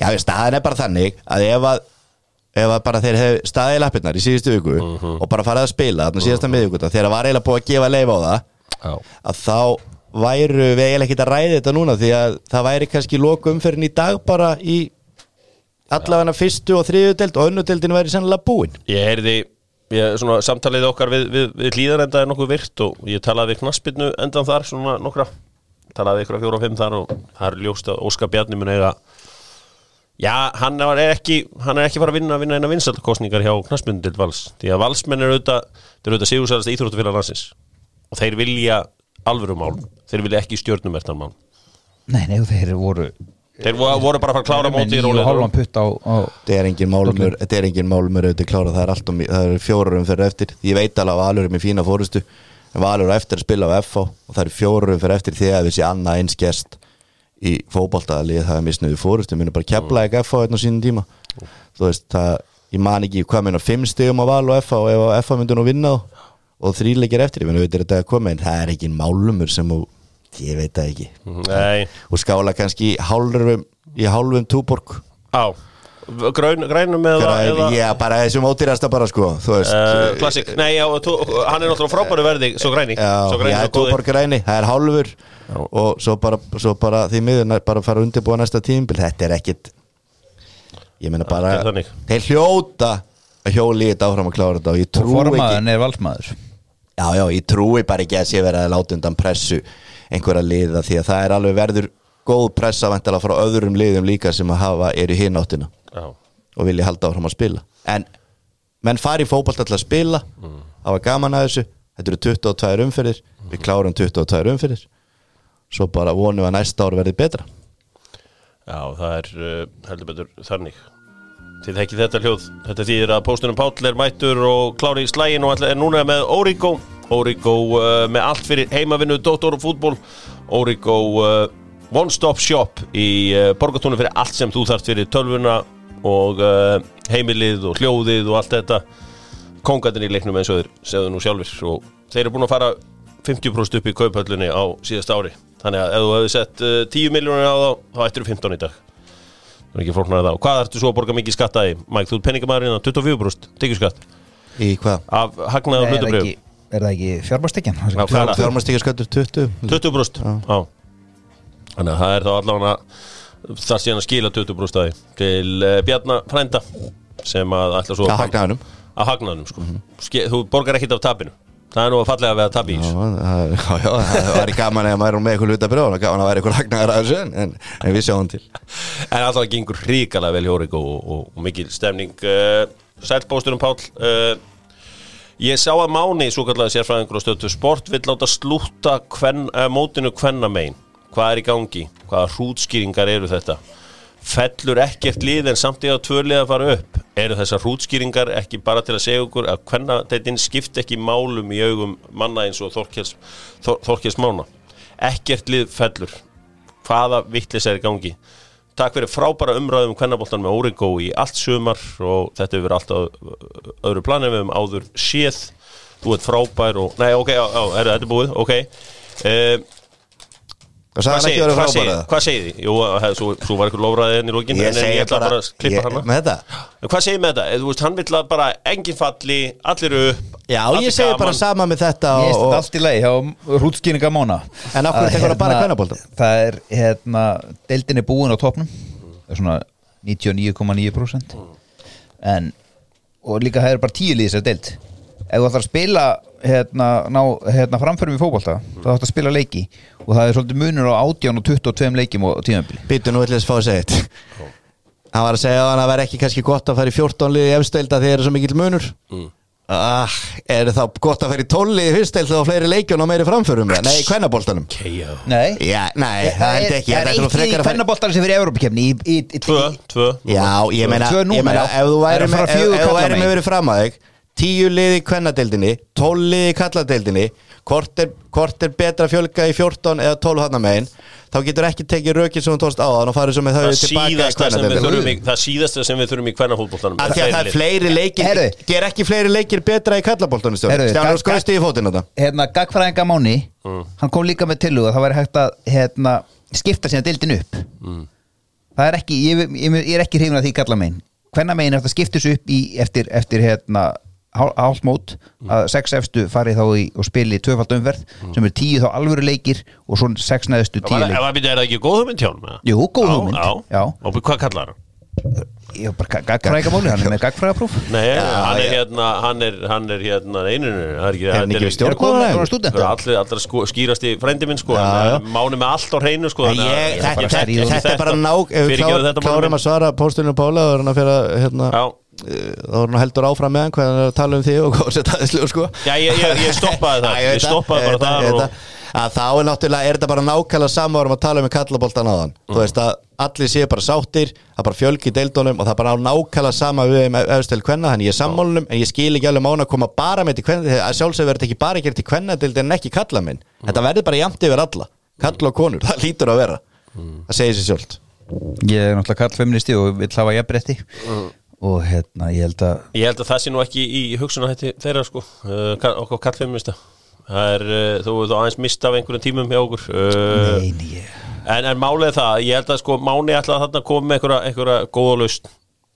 B: Já, ég, staðan er bara þannig að ef að ef að bara þeir hefðu staðið í lappirnar í síðustu viku og bara farið að spila þannig síðasta miðvikuta þegar það var eiginlega búið að gefa leif á það
A: Já.
B: að þá væru við eiginlega ekkert að ræði þetta núna því að það væri kannski loku umferðin í dag bara í allavega fyrstu og þriðu delt og önnu deltin væri sennilega búin
A: Ég heyrði, ég, svona, samtalið okkar við, við, við hlýðar enda er nokkuð virkt og ég talaði við knaspinu endan þar, svona nokkra talaði við ykkur að fjóra og fimm þar og það er ljóst að Óskar Bjarni mun eiga Já, hann var- er ekki hann er ekki fara að vinna, vinna eina vinsallkostningar hjá knaspinu til Vals, því að Valsmenn eru auðvitað, þeir eru auðvitað sigursælasta íþróttufélag landsins og þeir vilja alvörumál, þeir vilja ekki stjórnumertanmál
C: Nei, nei, þeir voru
A: Þeir voru, voru bara að fara að klára móti í
C: rólega
A: rólega
C: Hálfan putt á, á
B: þetta er engin málumur, þetta er engin málumur auðvitað klára, það er allt um, það er fjórurum fyrir eftir ég veit alveg að Valur er með fína fórustu en Valur er eftir að spila á FH og það er fjórurum fyrir eftir þegar þessi annað eins gest í fótboltaðalið það er misnuði fórustu, munu bara kepla ekki FH einn hérna á sínum tíma þú veist, það, ég man ekki hvað minn á fimm stigum á Val og FH og ef að FH myndi nú vinna þá og þrýleikir eftir, ég menn auðvitað er þetta að koma en það er ekki málumur sem þú ég veit það ekki
A: Nei,
B: og skála kannski í hálfum, í hálfum túborg
A: á Grön, Grænum eða, eða
B: já bara þessum ódýrasta bara sko þú veist
A: uh, Klassik, nei, já, tú, hann er náttúrulega frábæru verði Svo græni,
B: Já,
A: svo
B: já,
A: græni, svo góði
B: túborg græni, það er hálfur og svo bara, svo bara því miður næ- bara fara að undirbúa næsta tímbil þetta er ekkit ég meina bara,
A: er þannig.
B: þeir hljóta að hjóli í þetta áfram að klára þetta og ég
C: og
B: trúi ekki,
C: formaðurinn er valsmaður
B: já já, ég trúi bara ekki að sé verið að láta undan pressu einhverja liða því að það er alveg verður góð pressa vantala frá öðrum liðum líka sem að hafa eru hinn áttina
A: Já,
B: og vilja halda áfram að spila en menn fari í fótbolt alltaf að spila hafa gaman að þessu þetta eru 22 umferðir, við klárum 22 umferðir svo bara vonum við að næsta ár verði betra
A: já, það er uh, heldur betur þannig Þið þekkið þetta hljóð Þetta þýðir að póstunum Páll er mættur og klári í slægin og allir er núna með Origo Origo uh, með allt fyrir heimavinnu Dóttor og fútból Origo uh, One Stop Shop í uh, borgatúnum fyrir allt sem þú þarft fyrir tölvuna og uh, heimilið og hljóðið og allt þetta kongatinn í leiknum eins og þeir segðu nú sjálfur og þeir eru búin að fara 50% upp í kauphöllunni á síðast ári þannig að ef þú hefði sett uh, 10 miljónir á þá þá ættir 15 í dag það er ekki flóknar að það og hvað ertu svo að borga mikið skatt aði Mike, þú ert peningamæðurinn að 24% tekjuskatt
B: í hvað?
A: af hagnaði og
C: er, það
A: hlutabrjöf
C: ekki- er það ekki fjármarstekjan
A: Já,
C: það
A: Bara-
B: fjármastíkarskattur 20
A: 20% á þannig að það er þá allavega þar síðan að skila 20% aði til uh, Bjarnar Frænda sem að ætla svo
B: það hagnaðanum
A: að hagnaðunum sko. Ske, þú borgar ekkit af tapinu það er nú að fallega að vera tapi í
B: Já,
A: þessu
B: það já, já, það væri gaman eða maður er með eitthvað hluta brjóð gaman að væri eitthvað hagnaðar að þessu en- en, en við sjáum til
A: En alltaf gengur hrikalega vel hjá Origo og, og, og mikil stemning uh, Sælbóstunum Páll uh, Ég sá að Máni, svo kallaði sérfræðingur og stöttu sport, vill láta slúta kven, uh, mótinu kvennamein Hvað er í gangi? Hvaða hrútskýringar eru þetta? Fellur ekkert lið en samt eða tvörlið að fara upp Eru þessar hrútskýringar ekki bara til að segja okkur að kvennadeitin skipt ekki málum í augum manna eins og Þorkels, Þor, Þorkels Mána Ekkert lið fellur Hvaða vittlis er í gangi? Takk fyrir frábæra umræðum kvennaboltan með Origo í allt sumar og þetta hefur verið allt á ö- öðru planum við um áður séð þú ert frábær og, nei ok, já, já, er þetta er búið, ok um,
B: og sagði
A: hvað
B: hann ekki
A: segið
B: verið
A: hvað
B: frábæra
A: segið- hvað segið þið? Jú, hef, svo, svo var ykkur lofraðið henni í lokin en en ég ætla bara að klippa hana
B: með þetta
A: En hvað segið með þetta? Eða, þú veist, hann vill að bara engin falli, allir upp
B: já,
A: allir
B: ég segi bara
A: gaman.
B: sama með þetta
C: Mér
B: og,
C: finnst þetta
B: og,
C: allt í lagi hjá hrútskýringa mána
B: En af hverju tekur það bara kvennaboltann?
C: Það er hérna, deildin er búin á topnum Það er svona 99,9% En og líka það eru bara tíu lýðis að deild Ef þú ætlar að spila hérna, ná, hérna framförum í fótbolta þá ætlar að spila leiki og það er svolítið munur á 18 og 22 leikim og tímabili
B: Býtu nú ætla þess að fá að segja þetta Hann var að segja að hann að vera ekki kannski gott að fara í 14 liði efstelda þegar það er svo mikill munur
A: Mm.
B: ah, Er þá gott að fara í 12 liði fyrstelda og fleiri leikjun og meiri framförum eða? Nei, í kvennaboltanum
A: Keja.
C: Nei,
B: Já, nei, það held ég ekki
C: Það
B: Þetta
C: er
B: nú
C: eitt lið í
B: frekar að fara-
C: fennaboltar sem fyrir Evrópakefni í, í, í,
A: Tvö, tvö
B: Já, ég meina,
C: Tvö númer,
B: ég meina
C: já.
B: ef þú
C: Það
B: væri
C: eru
B: með,
C: bara
B: ef,
C: fjögur
B: ef þú væri
C: karlamegin.
B: með verið fram að þig tíu liði í kvennadeildinni, tól liði í kalladeildinni hvort er, hvort er betra að fjölga í 14 eða 12 hann megin þá getur ekki tekið rökið sem þú tóðst á þann og farið svo með
A: Það
B: þau tilbaka í
A: síðasta sem við þurfum í,
B: kvennadeildinni
A: það síðasta sem við þurfum í kvennafólkbóltanum
B: af því að það er fleiri leikir
C: Herðu.
B: ger ekki fleiri leikir betra í kallaboltunum
C: Herðu,
B: Stjánar
C: gat-
B: skoðist í fótinn þetta
C: hérna, gagfræðinga Máni
A: Mm.
C: hann kom líka með tilhuga að það væri hægt að hérna, skipta sína deildin upp
A: Mm.
C: það er ekki ég, ég, ég er ekki hrifin að því kalla megin hvenna megin er þetta skiptis upp í eftir, eftir hérna, hál- hálfmót
A: Mm.
C: að sex efstu fari þá í og spili tvöfald umverð sem er tíu þá alvöru leikir og svo sex neðustu tíu
A: Var,
C: leikir
A: var, er Mm. það ekki góð hugmynd hjá hann? eða?
C: Jú, góð
A: Já,
C: hugmynd,
A: Já,
C: já.
A: Og hvað kallar hann?
C: ég er bara gagfræðinga Máni hann er með gagfræðapróf
A: [laughs] Nei, hann, er
B: já.
A: hérna, hann er hann er hérna eininu Það er ekki
B: Er hann
A: þetta
B: ekki við stjórn?
C: er komið með
A: Það
C: stúdenta
A: er allir, allir sko, skýrasti frændi minn sko,
B: Já,
A: já,
B: já.
A: mánu með allt á hreinu sko,
B: En ég,
A: þannig að-
B: þetta,
C: bara
B: þetta,
C: stríð
B: þetta,
C: og-
B: er bara nák ef við
A: Fyrirgefðu
B: klár-
A: þetta, Máni
B: klárum
A: minn.
B: að svara póstunum Pála og hann að fyrir að hérna,
A: Já.
B: eh, þá er hann heldur áfram með hann hvað hann er að tala um þig og [laughs] hvað setja þessu sko.
A: Já, ég- ég- ég stoppaði það.
B: [laughs] Já, ég veit
A: Ég stoppaði
B: ég
A: bara
B: veit
A: þar
B: ég veit
A: og-
B: það. að þá er náttúrulega, er þetta bara nákvæmlega sama og við erum að tala um í kallaboltan áðan
A: Mm.
B: þú veist að allir séu bara sáttir það bara fjölgi í deildunum og það bara á nákvæmlega sama við um efstel kvenna, þannig ég er sammálunum en ég skil ekki alveg mána að koma bara með til kvenna þegar sjálfsögur verður þetta ekki bara gert í kvenna en ekki kalla minn,
A: Mm.
B: þetta verður bara jamt yfir alla kalla og konur, það lítur
A: Mm.
B: að vera það segir sér sjálft Mm.
C: ég er náttúrulega kallfeministi og vill hafa jafnbretti og hérna, ég held að
A: Ég held að það sé nú ekki í hugsunahætti þeirra sko, uh, ka- okkur kallfeimista Það er, uh, þú þú aðeins mist af einhverjum tímum hjá okkur
B: Eh.
A: uh,
C: Nei, nei, ég-
A: en, en málið er það, ég held að sko Máni ætlaði að þarna koma með einhverja, einhverja góða lausn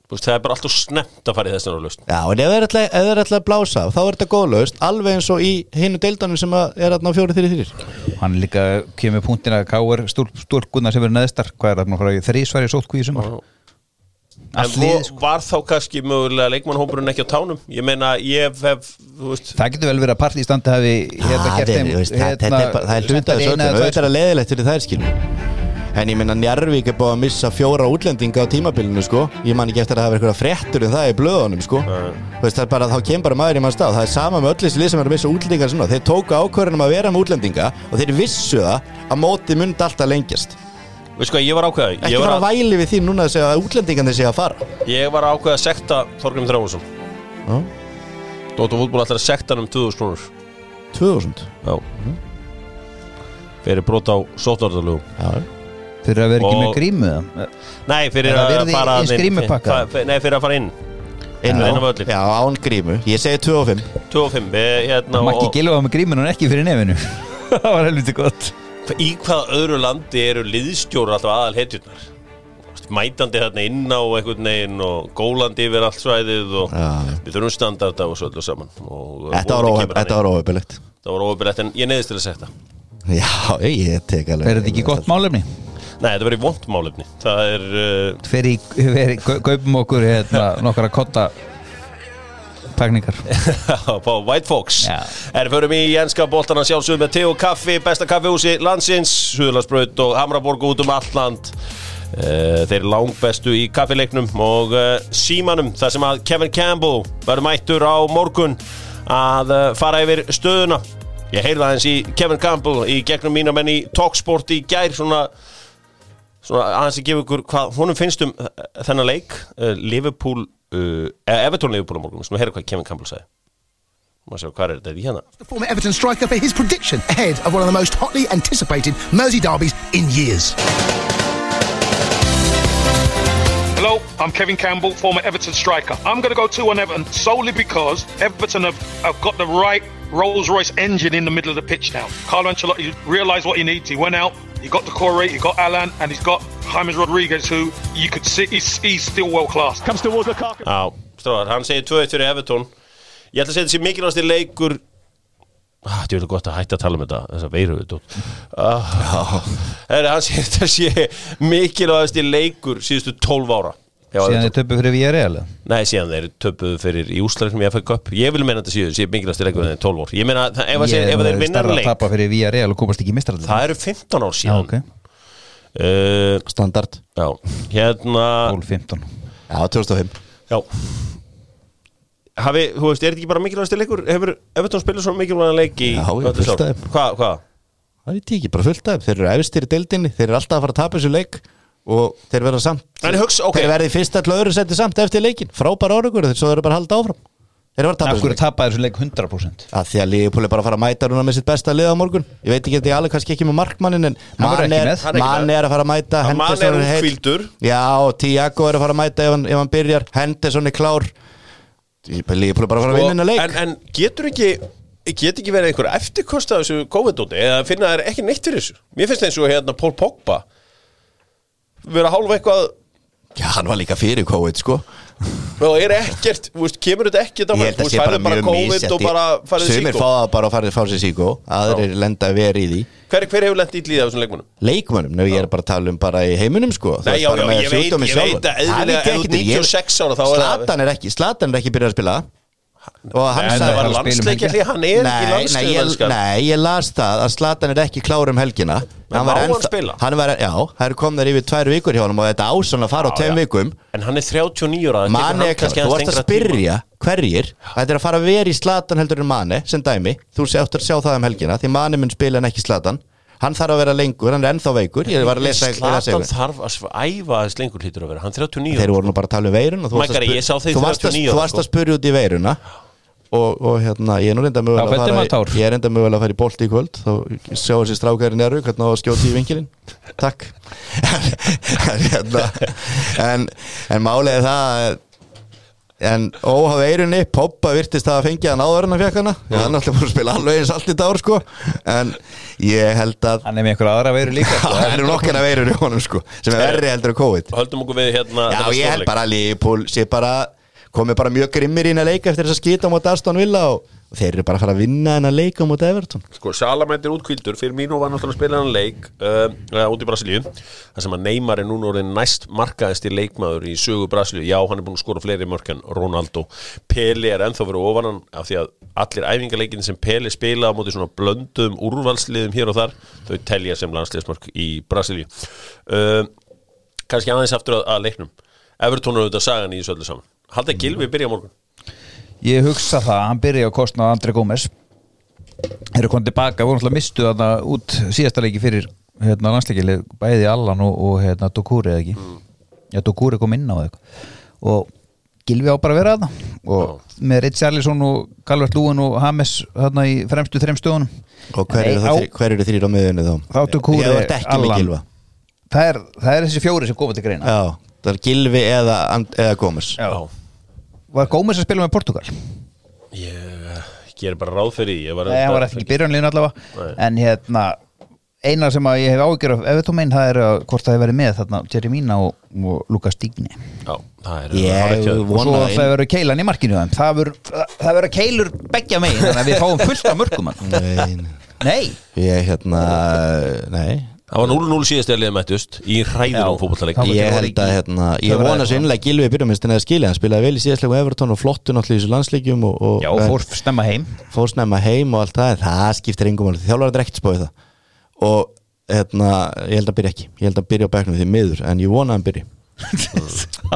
A: Þú veist, Það er bara alltaf snemmt að fara í þessina lausn
B: Já, en ef þeir ætla, ef þeir ætla að blása þá er þetta góðlaust, alveg eins og í hinu deildanum sem að er aðna á fjóri þyrir þyrir
C: hann líka kemur punktin að K.R. stúlkunna sem er neðstar hvað er það búin að fara í þrísvar í sótkví í
B: Mm.
C: sumar
A: En
C: Allt liðið,
A: vo- var þá kannski mögulega leikmannhópurinn ekki á tánum Ég meina, ég hef, þú veist
C: það getur vel verið að partístandi hafi hérna
B: Það
C: gert
B: er,
C: þeim
B: þú veist, það- Ah, þetta er bara- það er hluta þessu
C: eina
B: öllum,
C: eða tvær-
B: auðvitað er að leðilegt fyrir þær skilur En ég minna Njarvík er búið að missa fjóra útlendinga á tímabilinu sko Ég man ekki eftir að það hafa eitthvað fréttur en það í blöðunum sko Þú veist, það er bara, þá kemur bara maður í mann stað Það er sama með öll þessi lið sem er að missa útlendinga svona Þeir tóku ákvörðunum að vera með útlendinga og þeir vissu það að móti mundi alltaf lengjast
A: Veist hvað, ég var ákveða
B: Ekki
A: Ég
B: fara
A: var,
B: að væli við því núna að segja að útlendingan sé að fara
A: að- ég var ákveða að sekta Þorgrim Þráinsson
B: Já.
A: Dóttu fútból ætlar að sekta hann um 2000 krónur
B: 2000
A: Já Fyrir brot á sótvartalögum
B: Já,
C: fyrir að vera ekki með
A: Og-
C: grímu eða?
A: Nei, fyrir
C: Er það
A: að
C: verið í-
A: fara
C: í
A: þarna inn.
C: skrímupakka?
A: Fa- fe- Nei, fyrir að fara inn
B: inn
A: Inn á
B: á,
A: völlinn.
B: já, án grímu Ég segi 2 og 5
A: 2 og 5 hérna,
C: Maggi
A: og,
C: Gilva var með grímun en ekki fyrir
B: [laughs]
C: nefinu það var helviti gott
A: Í hvaða öðru landi eru liðstjóru alltaf aðal hetjurnar Mætandi þarna inn á einhvern veginn og gólandi yfir allt svæðið og
B: Já.
A: við þurfum standarda og svo öllu saman og vonandi
B: Þetta var óhef-
A: kemur hann
B: þetta
A: inn.
B: var óhefilegt
A: Þetta var óöfilegt en ég neyðist til að segja þetta
B: Já, ég tek alveg hérna
C: er þetta ekki gott málefni
A: Nei, þetta verið vond málefni Það er, uh,
C: fyrir, fyrir kaupum okkur hérna, nokkara kotta takningar
A: [laughs] á White Fox
C: Já.
A: En förum í jenska boltana sjálfsögum með te og kaffi, besta kaffihúsi landsins Suðurlandsbraut og Hamraborg út um allt land Eh, Þeir eru langbestu í kaffileiknum og eh, símanum þar sem að Kevin Campbell verður mættur á morgun að eh, fara yfir stöðuna Ég heyrði aðeins í Kevin Campbell í gegnum mína menn í Talksport í gær svona, svona aðeins að gefa ykkur hvað honum finnst um eh, þennan leik eh, Liverpool, uh, Everton Liverpool á morgun, svona heyra hvað Kevin Campbell sagði Má sjá, hvað er þetta í hérna?
E: The former Everton striker for his prediction ahead of one of the most hotly anticipated Mersey derbies in years.
F: Hello, I'm Kevin Campbell, former Everton striker. I'm going to go 2 1 Everton solely because Everton have, have got the right Rolls Royce engine in the middle of the pitch now. Carlo Ancelotti realised what he needs. He went out, he got the Corey, he got Alan, and he's got James Rodriguez, who you could see he's, he's still world class.
G: comes towards Lukaku.
A: Já, stráðar, hann segir 2-1 fyrir Everton Ég ætla að segja þessi mikilvægasti leikur ah, Þetta er alveg gott að hætta að tala um þetta Þessa veiru við tótt ah, Herra, hann segir þetta sé mikilvægasti leikur síðustu 12 ára Já,
C: síðan
A: þetta-
C: er töpu fyrir E VRL
A: Nei, síðan þeir töpuðu fyrir í úslæðinum í FA Cup Ég vil meina þetta síðu, sé mikilvægasti leikur þegar 12 ára Ég meina, það- ef, að segja, ef að þeir vinna
C: starra að
A: leik
C: tapa fyrir VRL og komast ekki í mistraldi
A: Það eru 15 ár síðan
C: ok,
A: uh,
B: Standard
A: Já, hérna
C: 12-15
B: Já, 2005
A: Já Hafi, þú veist, er þetta ekki bara mikilvægasti leikur? Hefur Evertón spilað svona mikilvægan leik í
B: Já, já,
A: öllu
B: fullt
A: sár?
B: af þeim.
A: Hvað, hvað?
B: Það er tíki, bara fullt af þeim. Þeir eru efstir í deildinni, þeir eru alltaf að fara að tapa þessu leik og þeir verða samt
A: En hugsa, ok.
B: Þeir verði fyrsta til öðru seti samt eftir leikin Frábær árangur, þeir svo þeir eru bara að halda áfram Þeir eru að fara að tapa
C: af
B: þessu
C: hverju
B: leik
C: tapaði þessu leik 100%
B: að Því að Liverpool er bara að fara að mæta núna með sitt besta lið á morgun Ég veit ekki að ég alveg kannski ekki með markmannin en
C: Hann verður
B: Mane er,
C: ekki með.
A: Hann er ekki
B: Mane
A: með.
B: er að fara að mæta
A: Hann Mane
B: Henderson
A: er
B: heill.
A: útfýldur.
B: Já, og Tiago er að fara að mæta ef hann, ef hann byrjar Henderson er klár Liverpool er bara að fara að
A: Og-
B: vinna hennar leik
A: Sko, en, en getur ekki Getur ekki verið einhver eftirkost af þessu COVID-dóti Eða finna þær ekki neitt fyrir þessu Mér finnst eins og hérna Paul Pogba Verið að hálfa eitthvað
B: Já, hann var líka fyrir COVID sko
A: Og er ekkert, þú veist, kemur þetta ekkert
B: Ég held að sé bara mjög
A: COVID og bara
B: misjætti
A: farið
B: Sumir
A: síkó
B: fá það bara að fara, fá sér síkó Aðrir lenda að vera í því
A: hver, hver hefur lent ítlið af þessum leikmunum?
B: Leikmönnum, nú ég er bara að tala um bara í heiminum sko
A: Nei,
B: Þú veist,
A: já,
B: bara
A: já,
B: með
A: ég veit-
B: sjúkdóminn
A: ég
B: sjálfan.
A: veit að eðlilega
B: Það veit ég
A: ef þú
B: ekkert, ég-
A: 96 ára, þá er það-
B: Zlatan er ekki, Slatan er ekki byrjað að spila Og hann
A: En
C: það
A: það
B: sagði
A: var
C: var að spila um
A: landsleikja
C: helgina.
A: því hann er ekki
B: Nei, nei, ég,
A: landsleikja
B: nei, ég las það að Slatan er ekki klár um helgina
A: Men
B: var
A: má hann
B: ennþá-
A: spila?
B: Hann var, já, það er komið yfir tvær vikur hjá honum og þetta ásann að fara á
A: Já,
B: tveim
A: já.
B: vikum
A: En hann er 39 ára það tekur hann
B: Mane er klár,
A: kannski
B: þú
A: aðeins
B: varst að
A: lengra tíma.
B: spyrja hverjir Þetta er að fara að vera í Slatan heldur en Mane sem dæmi, þú sé áttur að sjá það um helgina því Mane mun spila en ekki Slatan Hann þarf að vera lengur, hann er ennþá veikur Ég var að lesa ég las
A: Slatan
B: eitthvað.
A: þarf að sv- æfa aðeins lengur hlýtur að vera Hann er 39
B: Þeir voru nú bara að tala um veiruna þú varst að
A: Mækari,
B: spyrja-
A: ég sá þig
B: Þú varst að,
A: 39
B: þú varst
A: sko.
B: að spyrja út í veiruna Og, og hérna, ég er nú reynda
C: Þá
B: mögulega
C: felldi
B: að
C: maður
B: fara
C: tár.
B: í- Ég er reynda mögulega að fara í bolti í kvöld Þá sjá þessi strákærin eru hvernig á að skjóti í vinkilinn Takk [laughs] En, hérna, en, en málið er það að En óháð eirunni, Poppa virtist að fengja hann áður en að fekk hana Já, hann alltaf búin að spila alveg eins allt í dár sko En ég held að
C: Hann er með einhver aðra veiru
A: [laughs]
C: líka sko.
B: [laughs] Það eru nokkana veirur í honum sko Sem er verri heldur en COVID
A: Höldum okkur við hérna
B: Já,
A: þennan
B: ég held
A: stórleik.
B: bara að Leopold sé bara Komið bara mjög grimmir í hennar leika Eftir þess að skita mot Aston Villa og, og þeir eru bara að fara að vinna hennar leika mot Everton
A: Sko, Salamend er útkvildur, fyrir mínu var náttúrulega að spila hann leik uh, uh, út í Brasilíu þar sem að Neymar er núna orðin næst markaðist í leikmaður í sögu Brasilíu já, hann er búin að skora fleiri mörk en Ronaldo Peli er ennþá fyrir ofan hann af því að allir æfingarleikin sem Peli spila á móti svona blöndum úrvalsliðum hér og þar, þau telja sem landsliðsmörk í Brasilíu uh, kannski aðeins aftur að, að leiknum Everton er auðvitað sagan í þessu öllu saman Haldið Gilvi byrja á morgun
C: Ég hugsa það, hann byrja á kostna á Andri Gómez Þeir eru komið tilbaka, voru náttúrulega mistu þarna út síðasta leiki fyrir hérna, landsleikili bæði Allan og, og hérna, Dokuri eða ekki
A: Mm.
C: Já, Dokuri kom inn á eitthvað og Gilvi á bara að vera þarna og með Richarlison og Calvert Lúin og Hames þarna í fremstu þrem stöðunum
B: Og hver
C: Nei,
B: eru,
C: á-
B: það, hver eru þrýr á miðunni þá?
C: Þá áttu Kúri,
B: Ég vart ekki með
C: Allan.
B: Gilva
C: það er, það er þessi fjóri sem komið til greina
B: Já, það er Gilvi eða, And- eða Gómez
C: Já. Var Gómez að spila með Portugal?
A: Ég eh, geri bara ráð fyrir því Ég var
C: Nei, hann var
A: auðvitað-
C: eftir ekki byrjanlegin allavega
A: Nei.
C: En hérna, eina sem að ég hef ágjör af Evertón megin, það er að hvort það hefur verið með þarna Jerry Mina og, og Lukas Digni
A: Já, það er
B: Ég
A: hárrétt hjá þér.
C: Og svo
B: vona
C: það hefur verið keilan í markinu þeim. það verður- það verður keilur beggja megin þannig að við fáum fullt af mörgum hann.
B: Nei, nei.
C: Nei,
B: Ég hérna, nei
A: Það var 0-0 síðast eða liðið mættust í hræður á
C: Já.
A: fótballaleik
C: Það var-
B: Ég held að hérna,
C: Það
B: ég
C: var
B: vona
C: eitthvað.
B: svo innlega Gilvi byrjumistin eða skilja, hann spilaði vel í síðastleikum með Everton og flottu náttúrulega í þessu landsleikjum og, og
C: já, fór stemma heim
B: fór snemma heim og allt það, en það skiptir engum alveg, þjálfur er ekkert spáðið það og hérna, ég held að byrja ekki ég held að byrja á bæknum því miður, en ég vona að hann byrji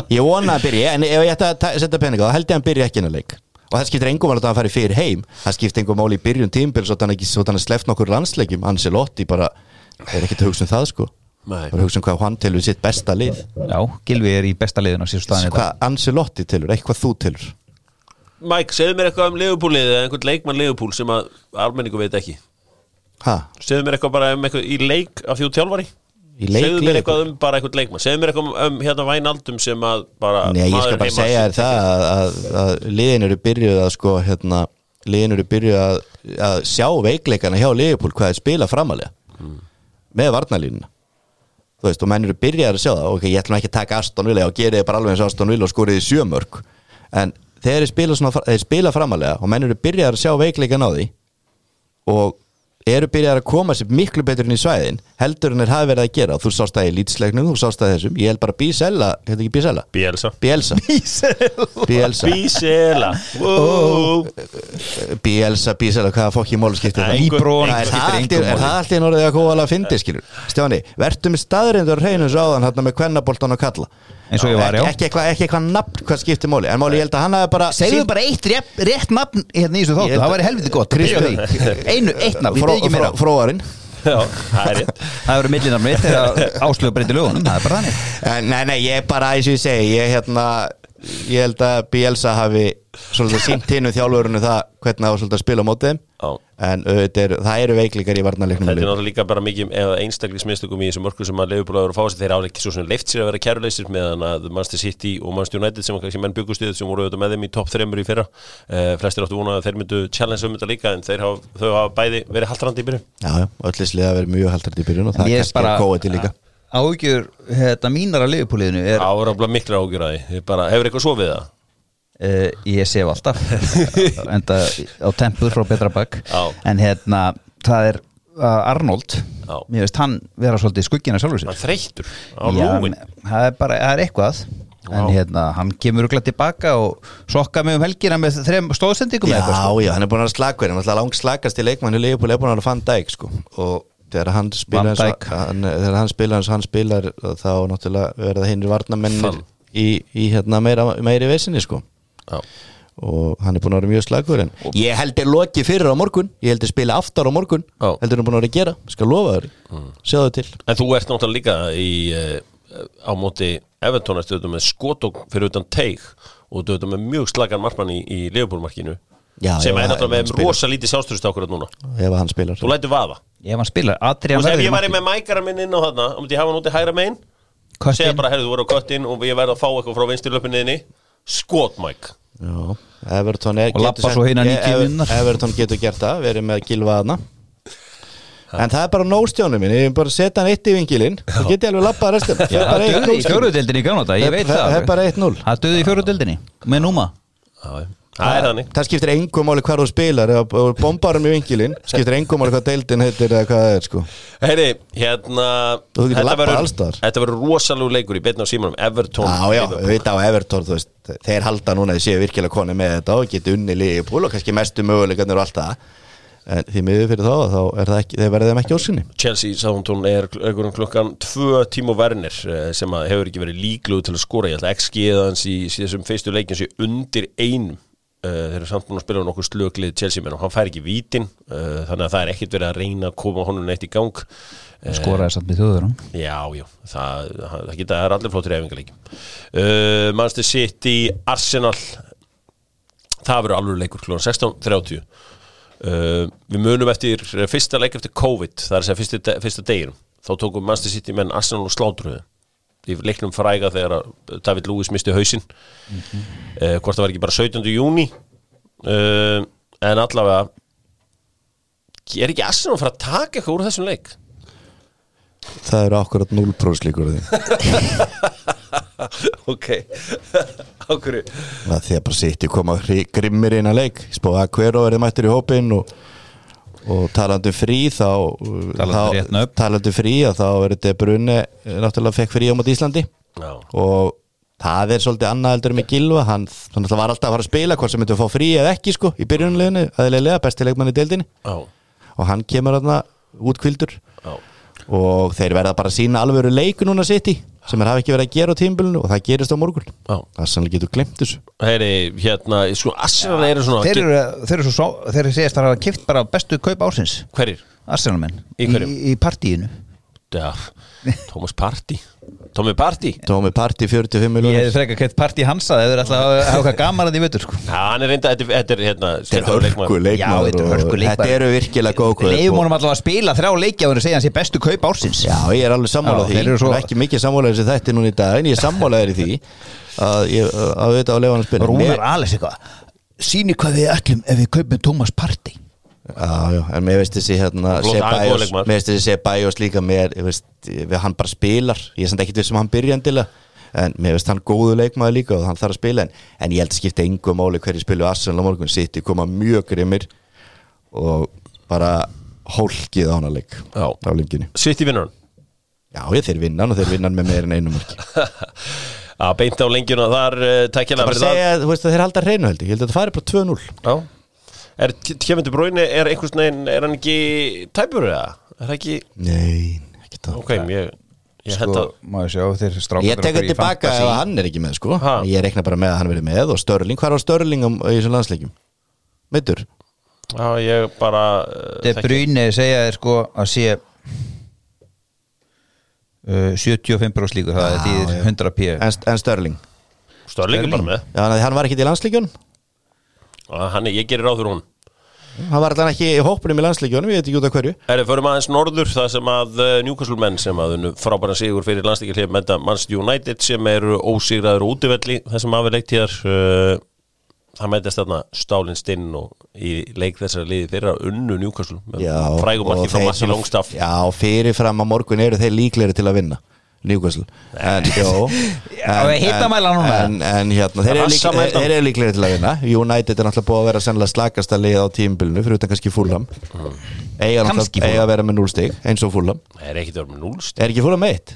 B: ég vona að hann byrji en ef ég ætti að ta- setja peninga, þá held ég að hann byrji ekki hennar leik og það skiptir engum alveg að hann fari fyrir heim það skiptir engum máli í byrjun tímbil svo þannig að hann er sleppt nokkur landsleikjum, hann sé lotti bara, er ekkert að hugsa um það sko
A: Nei.
B: bara að hugsa um hvað hann telur sitt besta lið
C: Já, Gilvi er í besta liðin á síðan staðin
B: hvað Ancelotti tilur, eitthvað þú tilur
A: Mike, segðu mér eitthvað um Leopoldið eða einhvern leikmann Leopold sem að almenningu veit ekki
B: ha,
A: Segðu mér eitthvað bara um eitthvað í leik af því þú tjálfari
B: Í leik
A: Segðu mér
B: Liverpool?
A: eitthvað um bara eitthvað leikmann Segðu mér eitthvað um, um hérna Vænaldum sem að bara
B: Nei, ég skal
A: maður
B: bara
A: heima-
B: segja þér það að, að, að liðin eru byrjuð að sko hérna, liðin eru byrjuð að, að sjá veikleikana hjá Liverpool hvað er spila framalega með varnalínuna þú veist, og menn eru byrjað að sjá það ok, ég ætlum ekki að taka Aston Villa og gera þið bara alveg eins og Aston Villa og skorið í sjömörk en þegar þeir spila, svona, þeir spila framalega og menn eru byrjað að sjá veikleikan á því og eru byrjað að koma sér miklu betur inn í svæðin heldur en þeir hafi verið að gera og þú sást það í lýtsleiknum, þú sást það í þessum ég held bara Bísella, hérna ekki Bísella
A: Bielsa
B: Bielsa Bielsa [laughs] Oh.
A: Bísela Wow.
B: Bielsa, Bielsa, hvaða fokk í málum skiptir það?
A: Nei, Líbrón.
B: Nei, Er
C: skiptir
B: það allt í-
C: engu
B: er
C: máli.
B: það allt í norðið að kóala að fyndi, skilur? Stjáni, verðum staðrindur reynum svo áðan hérna með kvennaboltan og kalla
C: Eins og ég var, já.
B: Ekki- Ekki eitthvað ekki eitthvað nafn hvað skiptir máli En máli, ég held að hann hafi bara
C: Segðu bara eitt rétt, rétt nafn hérna í þessu
B: Ég
C: þáttu,
B: held að-
C: það væri helviti gott Byrja á því. Einu, eitt nafn, ég byrja ekki
B: bara
C: meira
B: Fróarinn
A: Já, það er rétt
C: Það verður millinafn mitt þegar áslögu breyti lögunum, það er bara þannig
B: En Eh, Nei, nei, ég er bara eins og ég segi Ég hérna Ég held að Bielsa hafi svolítið sínt hinn um þjálfurinu það hvernig það var svolítið að spila á mótið
A: Já.
B: en auðvitað eru- það eru veikleikar í varnarleiknum
A: Þetta er náttúrulega líka bara mikið eða einstaklismistökum í þessum mörgum sem að leifubúlaður að fá sér þeir hafa ekki svo svona leift sér að vera kæruleysir meðan að Manchester City og Manchester United sem kannski menn byggust yfir sem voru auðvitað með þeim í topp þreymur í fyrra eh, flestir áttu vonað að þeir myndu challenge um þetta líka en þeir hafa, þau hafa bæði verið haldrandi í byrju
B: Já, já, og öll liða verið mjög haldrart í byrjun og það
C: En ég
B: er kannski að kóa til líka
C: Áhugjur hérna, mínar að liðupúliðinu er uh,
A: Ára bara mikla ágjur að því Ég bara, hefur eitthvað svo við það?
C: eh, Ég sef alltaf [laughs] Enda á tempur frá betra bakk
A: Já.
C: En hérna, það er uh, Arnold
A: Já.
C: Mér veist hann vera svolítið skuggina sjálfur
A: Það
C: sér
A: er þreyttur á
C: Já,
A: lúin
C: en það er bara, það er eitthvað En
A: Vá.
C: hérna, hann kemur örugglega tilbaka og sokka mig um helgina með þrem stóðsendingum
B: Já,
C: eða eitthvað, sko.
B: já, hann er búin að vera slagur hann er langt slagast í leikmann í Leopold er búin að vera Van Dijk sko. og þegar hann
C: Van
B: spila eins og
C: Dijk.
B: hann, þegar hann spila eins og hann spilar þá náttúrulega verða hinnir varnamennir
A: Van.
B: í, í hérna meira, meiri vesinni sko.
A: Já,
B: og hann er búin að vera mjög slagur en ég held er lokið fyrir á morgun ég held er spila aftar á morgun
A: Já.
B: heldur hann er búin að vera að gera, skal lofa þér
C: Mm.
B: sjáðu til
A: En þú ert náttúrulega líka í, uh, á móti Everton ertu auðvitað með skotok fyrir utan teig og þú auðvitað með mjög slagan markmann í, í Leopoldmarkinu
B: Já,
A: sem
B: já,
A: er náttúrulega
B: hann
A: með
B: spilar.
A: rosa lítið sjálfstyrst akkurat núna
B: ef hann spilar
A: Þú lætur vaða
C: Ef hann spilar,
A: Þú
C: Adrian
A: veist, ef
C: verður í
A: ég væri
C: markinu.
A: með mækara minn inn á þarna og myndi ég hafa hann úti hægra megin
C: Kött
A: segja
C: inn.
A: bara, herru, þú voru á köttin og ég verði að fá eitthvað frá vinstirlöpunniðinni skotmæk
B: Já, Everton er
C: Og labba svo hina 90 mínúturnar.
B: Everton getur gert það, verið með gilvaðna En það er bara nóstjónum minn, ég er bara að setja hann eitt í vingilinn og geti alveg labbað restum
C: Já, það döði í fjóruðildinni í gamla þetta, ég veit það
B: Það
C: alveg.
B: er bara 1-0
C: Það döði í fjóruðildinni, með núma
A: Já, já. það er þannig
B: Það skiptir engum máli hvar þú spilar ef þú bombar um í vingilinn, skiptir engum máli hvað deildin heitir eða hvað það er sko
A: Heyri, hérna
B: Þú getur
A: þetta
B: labbað
A: verður-
B: alls staðar.
A: Þetta verður rosalegu leikur í beinna á símanum Everton
B: Já, já,
A: Liverpool.
B: auðvitað á Everton, þú veist, þeir halda núna að séu virkilega koni með þetta og geti unni Liverpool og kannski mestu möguleikarnir og allt það en því miður fyrir þá, þá er það ekki, þeir verða þeim ekki ósynni
A: Chelsea Southampton er einhverjum klukkan tvö tíma verðnir sem að hefur ekki verið líkluð til að skora ég held að XG aðeins í í þessum fyrstu leikin sé undir einum Eh, þeir eru samt búin að spila nokkuð slöglið Chelsea menn og hann fær ekki vítin eh, þannig að það er ekkert verið að reyna að koma honum neitt í gang
C: Skoraði samt með þjóður
A: já, já, það, það, það geta það er allir flottir efingarleikin uh, Manchester City, Arsenal það verður alveg leikur klúan 16.30 Uh, við munum eftir fyrsta leik eftir COVID, það er að segja fyrsta, fyrsta deginum þá tókum Manchester City menn Arsenal og slátruðu í leiknum fræga þegar að David Lewis misti hausinn uh, hvort það var ekki bara 17. júni uh, en allavega er ekki Arsenal að fara að taka eitthvað úr þessum leik?
B: Það eru akkurat 0% líkur á því
A: ok okkur
B: að því að bara sitt ég koma hri- grimmir inn að leik spóða að hver og verði mættur í hópin og, og talandi um frí þá
C: Talandi rétt nöfn.
B: þá, talandi um frí að þá er þetta brunni eh, náttúrulega fekk frí á móti Íslandi
A: Já.
B: og það er svolítið annað heldur með Gilva hann, hann náttúrulega var alltaf að fara að spila hvort sem myndi að fá frí eða ekki sko í byrjunleginu aðeinslega bestilegmann í deildinni
A: já,
B: og hann kemur þarna útkvildur
A: já,
B: og þeir verða bara að sína alvöru leiku núna sitt í sem er hafa ekki verið að gera á tímbilinu og það gerist á morgun
A: já.
B: það sannlega getur glemt þessu
A: heyri, hérna, sko, Arsenal eru svona
C: Þeir eru, þeir eru svo, þeir eru segjast að hafa kipt bara bestu kaup ársins
A: hverjir?
C: Arsenalmenn
A: Í hverjum?
C: í, í partíinu
A: Já, Thomas Party Tommy Party,
B: Tómi Parti 45
C: Ég
B: miljonir
C: hefði frekar keitt partí hansa þeir eru alltaf að hafa hvað gaman að því veitur sko.
A: Já, hann er reynda, þetta er- þetta er hérna
B: Þetta er
A: skemmtilegur
B: hörku
A: leikmaður.
B: leikmaður
C: Já, þetta er
B: og-
C: hörku leikmaður.
B: Þetta eru virkilega góð kaup
C: Leifum
B: og-
C: honum alltaf að spila þrjá leiki á þeir segja hans í bestu kaup ársins
B: Já, ég er alveg sammála
C: Já,
B: því
C: þeir eru svo-
B: Ég er ekki mikið sammálaður sem þetta er núna í dag en ég er sammálaður í því að ég að auðvitað á leifanum spila
C: Rúnar Alex eitthvað Sýni hvað við ætlum ef við kaupum Thomas Partey
B: Já, já, en mér veist þessi hérna
A: Flott, hann er góður
B: Sebajos,
A: leikmaður.
B: mér veist þessi Sebajos líka mér, ég veist, við, hann bara spilar ég er samt ekkit við sem hann byrja endilega en mér veist hann góðu leikmaður líka og hann þarf að spila en, en ég held að skipta engu máli hverju spilu Arsenal á morgun sitt, ég koma mjög grimmir og bara hólkið á hana leik
A: Já.
B: á linginni,
A: City vinnur hann
B: já ég þeir vinna hann og þeir vinna hann með meir en einu
A: [laughs]
B: marki
A: Já, beint á lengjuna þar uh, Tækjala
B: bara segja, þú veist að þeir halda hreinu held ég, ég held að það fari bara 2-0
A: Já Er Kevin De Bruyne, er einhvers neginn, er hann ekki tæpur eða? Er það ekki,
B: Nei, ekki það
A: ok, ég, ég sko, held
C: Sko,
A: að
C: má ég sjá þeir strákar
B: Ég tek
C: okkar
B: það
C: í
B: tilbaka
C: fantasy.
B: ef hann er ekki með sko
A: Ha.
B: Ég rekna bara með að hann verið með og Störling, hvað var Störling um, í þessum landsleikjum? Meittur?
A: Já, ég bara uh,
C: De Bruyne segja þér sko að sé uh, 75 brós líkur það er því 100 p
B: En, en Störling?
A: Störlingi bara með
B: Já, þannig að hann var ekki í landsleikjunum
A: Já, hann, er- Ég gerir ráð fyrir hún
B: Hann var allan ekki í hópunum í landsleikjunum, ég veit ekki út af hverju
A: Herri, förum aðeins norður, það sem að uh, Newcastle menn sem að unnu frábæran sigur fyrir landslíkjarlið mennta Manchester United sem eru ósigraður og útivelli þessum hafi leikt hér uh, það mætist þarna Stálin Stinn og í leik þessara liði fyrir að unnu Newcastle með
B: Já,
A: frægum
B: og
A: marki frá
B: þeir
A: Matti
B: svona-
A: Longstaff
B: Já, fyrirfram á morgun eru þeir líklegri til að vinna Newcastle En,
C: [laughs]
B: jó
C: Já,
B: en-
C: við hitamæla núna.
B: En, en hérna, þeir eru, lík,
A: Rassamætan.
B: þeir eru líklegri til að vinna United er náttúrulega búið að vera sennilega slakasta lið á tímbilinu Fyrir utan kannski fúlham Eiga
C: Mm. Kannski
B: náttúrulega
C: Fulham.
B: eiga að vera með 0 stig Eins og fúlham
A: Það er ekkit verið með núlst
B: Er ekki fúlham eitt?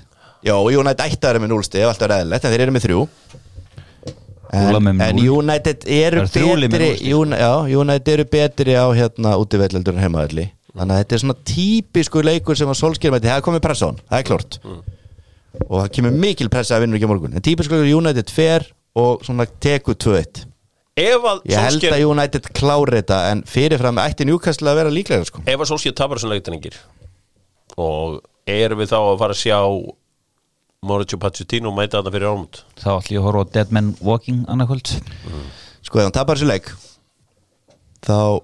B: Jó, United ætti að vera með 0 stig Ef allt er eðlilegt, en þeir eru með 3
C: Fulham
B: En,
C: er með
B: en
C: núll.
B: United eru
C: Það eru þrjú lið með
B: betri
C: núll stig.
B: Jún- já, United eru betri á hérna útivellendur en heimavelli þannig að þetta er svona típisku leikur sem að Solskjær mæti, það er komið pressa á hann, það er klort og það kemur mikil pressa að vinnur ekki á morgun, en típisku leikur United fer og svona teku 2-1
A: Ef að
B: ég held
A: Solskjær
B: að United klári þetta en fyrirfram ætti Newcastle að vera líklega sko.
A: Ef að Solskjær tapar þessum leiktæningir og erum við þá að fara að sjá Mauricio Pacchettino mæta þarna fyrir ámut
C: þá ætlum ég að horfa á Dead Man Walking annarkvöld
B: sko ef hann tapar þessu leik þá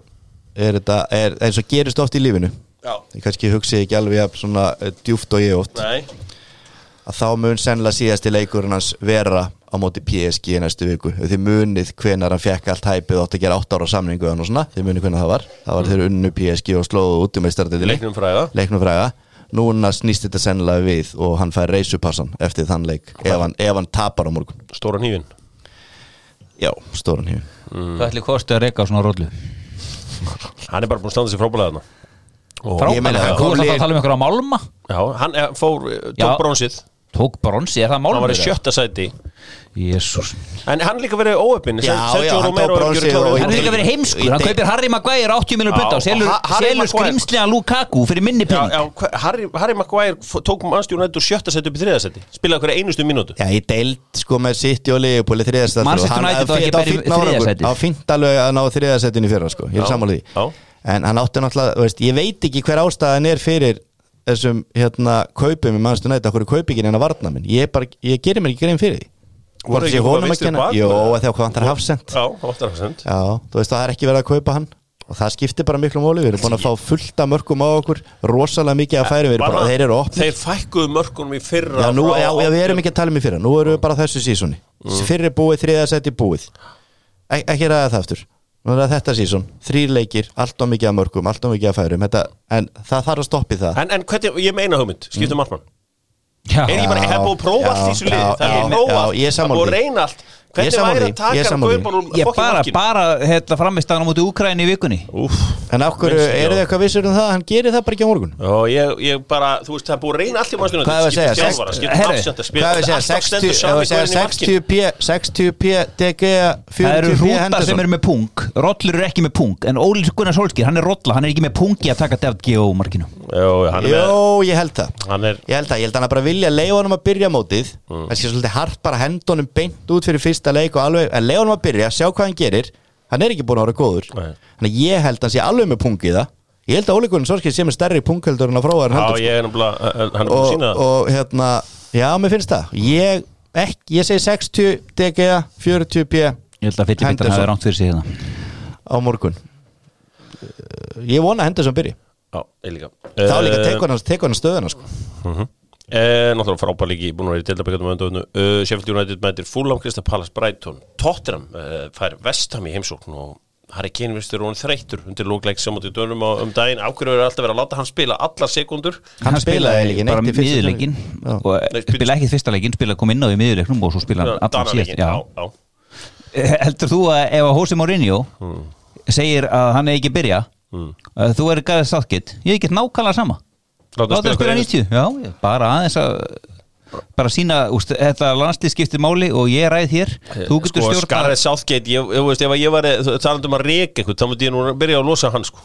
B: er þetta er, eins og gerist oft í lífinu
A: Já
B: ég kannski hugsi ekki alveg jafn svona eh, djúpt og ég oft
A: Nei,
B: að þá mun sennilega síðasti leikurinn hans vera á móti PSG í næstu viku þið munið hvenar hann fekk allt hæpið og átt að gera 8 ára samningu og svona, þið munið hvenar það var það var þeir unnu PSG og slóðu út um meistardildinni.
A: Mm. Leiknum fræga.
B: leiknum fræga núna snýst þetta sennilega við og hann fær reysupassan eftir þann leik ef hann, ef hann tapar á morgun
A: Stóra nývin
B: já, stóran hér
A: Mm.
C: Hvað ætli kosti að reyka á svona rollu?
A: Hann er bara búin að standa sér frábælega þarna Og-
B: Ég meina, það
C: Frábælega,
B: kom
C: þú varst alltaf
B: lið-
C: að tala um einhverja á Málma
A: Já, hann eh, fór, eh, tók
C: Já.
A: bronsið
C: Tók bronsi, er það
A: Hann
C: Málma?
A: var í sjötta sæti
C: Jésús
A: En hann líka verið óöppin
B: Já, já, hann tók bronsið og-
C: Hann er líka verið heimskur, hann kaupir Harry Maguire 80 miljonur
A: Já,
C: butta og selur,
A: Ha- Harry
C: selur
A: Maguire.
C: skrimslega Lukaku fyrir minni
A: Já,
C: penning
A: já, hva- Harry, Harry Maguire f- tók mannstjórn úr sjötta sæti upp í þriða sæti Spilaði hverja einustu mínútu
B: Já, ég deild sko með City og Leopold í sko. þriðastættu
C: Manchester United var ekki bara í þriðasæti.
B: Á fínt alveg að ná þriðastættinu í fyrra sko,
A: Já,
B: ég er samanlega því
A: já.
B: En hann átti náttúrulega, þú veist, ég veit ekki hver ástæðan er fyrir þessum hérna kaupum í Manchester United, okkur er kaupingin en að varna minn Ég, bara, ég gerir mér ekki grein fyrir því
A: Voru
B: Hvort
A: ekki búin
B: sé
A: að
B: honum að
A: vinstri
B: kenna-
A: bak?
B: Jó, að þegar hvað hann þarf hafsend
A: Já, það var það sent
B: Já, þú veist, það er ekki verið að kaupa hann og það skiptir bara miklu móli, við erum búin að fá fullt af mörgum á okkur, rosalega mikið að færi við erum búin að þeir eru opnir
A: Þeir fækkuðu mörkunum í fyrra
B: Já, nú,
A: frá
B: já, já, við
A: opnum.
B: erum ekki að tala um í fyrra Nú erum við bara á þessu sísoni mm. Fyrri búið, þriða seti búið Ek, Ekki ræða það aftur Nú er það þetta síson, þrýr leikir, allt á mikið að mörgum Allt á mikið að færum þetta, En það þarf að stoppi það
A: En, en hvernig, ég meina hugmynd, skiptum mm. markmann Er
C: Já,
A: ég bara,
B: Já,
A: hef búið að
B: já,
A: prófa allt í þessu liði
B: já,
A: Það er
B: já,
A: búið
B: já,
A: að
B: ég er
A: prófa allt, það er
B: sammála
A: búið að
B: því.
A: reyna allt
B: Ég er
A: Hvernig
B: sammála
A: væri
B: því,
A: að
B: ég er
A: taka hann
B: sammála því.
A: gaupan úr
C: Ég
A: fokkin
C: bara,
A: markinu
C: bara hérna, framistæðan á móti Úkræni í vikunni
A: Úff,
B: En af hverju,
A: minnst ekki á
B: eru þið eitthvað vissur um það Hann gerir það bara ekki á morgun
A: Já, ég, ég bara, þú veist, það er búið að reyna allt í mannstjónu
B: Hvað er að segja,
A: Skiptum þjálfara,
B: sext-
A: skiptum
C: herri,
A: afsönda,
B: Hvað er að segja, 60, ef við segja 60 p 60 p DG
C: Það
B: 40
C: eru
B: p
C: rúta sem
B: Henderson
C: eru með pung Rollur eru ekki með pung En Óli Gunnar Solskir, hann er rolla Hann er ekki með pungi að taka David G.O. markinu
A: Jó, hann er með,
B: Jó, ég held það
A: hann er
B: Ég held að, ég held að hann bara vilja leiða honum að byrja mótið
A: Mm.
B: Það sé svolítið hart bara hendunum beint út fyrir fyrsta leik og alveg En leiða honum að byrja, sjá hvað hann gerir Hann er ekki búin að vera góður
A: Nei.
B: Þannig að ég held að hann sé alveg með pungi í það Ég held að Óli Gunnar Sorskið sé með stærri pungheldur en að fróa
A: Já,
B: hann
A: ég er náttúrulega, hann er búin að
B: og,
A: sína það
B: og hérna, já, mér finnst það Ég, ekki, ég segi 60 DG, 40 P
C: Ég held að fyrir bitar
B: Henderson.
C: hafi rámt fyrir sig hérna
B: á morgun Eh, Ég vona hendur sem byrji
A: Já, ég líka Eh,
B: Þá líka tekur hann, tekur hann stöðuna sko.
A: Eh, náttúrulega frábær líki, búin að vera í deildabækjum undanöfnu uh, Sheffield United mætir Fulham, Krista Palace, Brighton Tottenham uh, fær Vestham í heimsókn og Harry Kane vistur og hann þreytur undir lókleik samanlega dönum á, um daginn ákveður er alltaf verið að láta hann spila allar sekundur
B: Hann spilaði ekki neitt
C: bara
B: í fyrsta
C: miðurleikin
B: leik. Já.
C: og
A: Nei, spil-
C: spilaði ekki fyrsta leikin spilaði kom inn á því miðurleiknum og svo spilaði hann allan
A: Danaleikin,
C: síðast já.
A: já, já.
C: [laughs]
A: Hmm.
C: heldur þú að ef að Jose Mourinho segir að hann er ekki að byrja að þú er gæðið sáttkitt ég get nákvæmlega sama
A: Láta hann
C: láta
A: spila
C: hann
A: hverja
C: spila 90 já, ég- bara aðeins að bara sína, úst, þetta landslið skiptir máli og ég ræð hér, þú getur
A: sko,
C: stjórna
A: Skarrið Southgate, ég, ég veist, ef að ég var talandum um að reka eitthvað, þá myndi ég nú að byrja að losa hann sko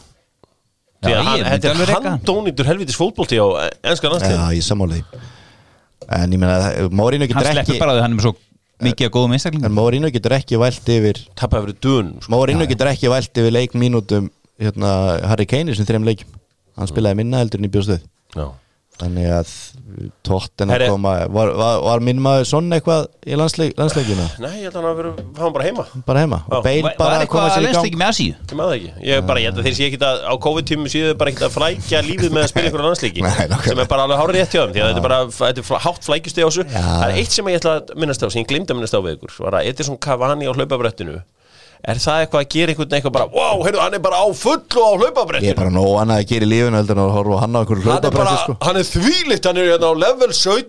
C: Já,
A: Því að
C: ég
A: hann,
C: myndi
A: þetta
C: alveg
A: er
C: reka hann.
A: handónýtur helvitis fótbolti á eh, enska landslið
B: Já, ég sammála því En ég meina, Mórinu
C: hann
B: getur
C: sleppur
B: ekki
C: bara því hann er með svo mikið að góðum
B: En
C: einstaklingum
B: Mórinu getur ekki vælt yfir
A: Tappaði fyrir dun, sko
B: Mórinu getur ekki vælt yfir leikmínútum hérna, Harry Kane í sem þreim leikjum Hann spilaði minna heldur en í bjóstuð
A: Já
B: Þannig að tóttin að
A: Herri-
B: koma Var, var, var minn maður svona eitthvað í landsleik, landsleikina?
A: Nei, ég held að hann að vera, hann var bara heima
B: Bara heima
A: Já.
B: Og beil
C: var
B: bara
C: var
B: að koma
C: eitthvað að
B: sér í
C: lennst
B: gang
C: ekki með Asíu
A: Ég maður það ekki, ég bara, ég held að þeir sé ekki að á COVID-tímum séu þau bara ekki að flækja lífið með að spila ykkur á landslíki
B: [laughs] Nei, nákvæmlega.
A: sem er bara alveg hárið rétt hjá þeim því að þetta er bara, þetta er fl- hátt flækjusti á þessu
B: Já.
A: það er eitt sem ég ætla að minnast á, sem ég glimta að minnast á við ykkur var að Edison Cavani á hlaupabrettinu er það eitthvað að gera einhvern veginn eitthvað bara wow, heyrðu, hann er bara á fullu á
B: Ég er
A: hlaupabrettinu
B: bara nóg annað að gera í lífinu heldur en að horfa á hann á einhverju
A: hann er bara,
B: hlaupabrætti sko
A: hann er þvílitt, hann er hérna á level 17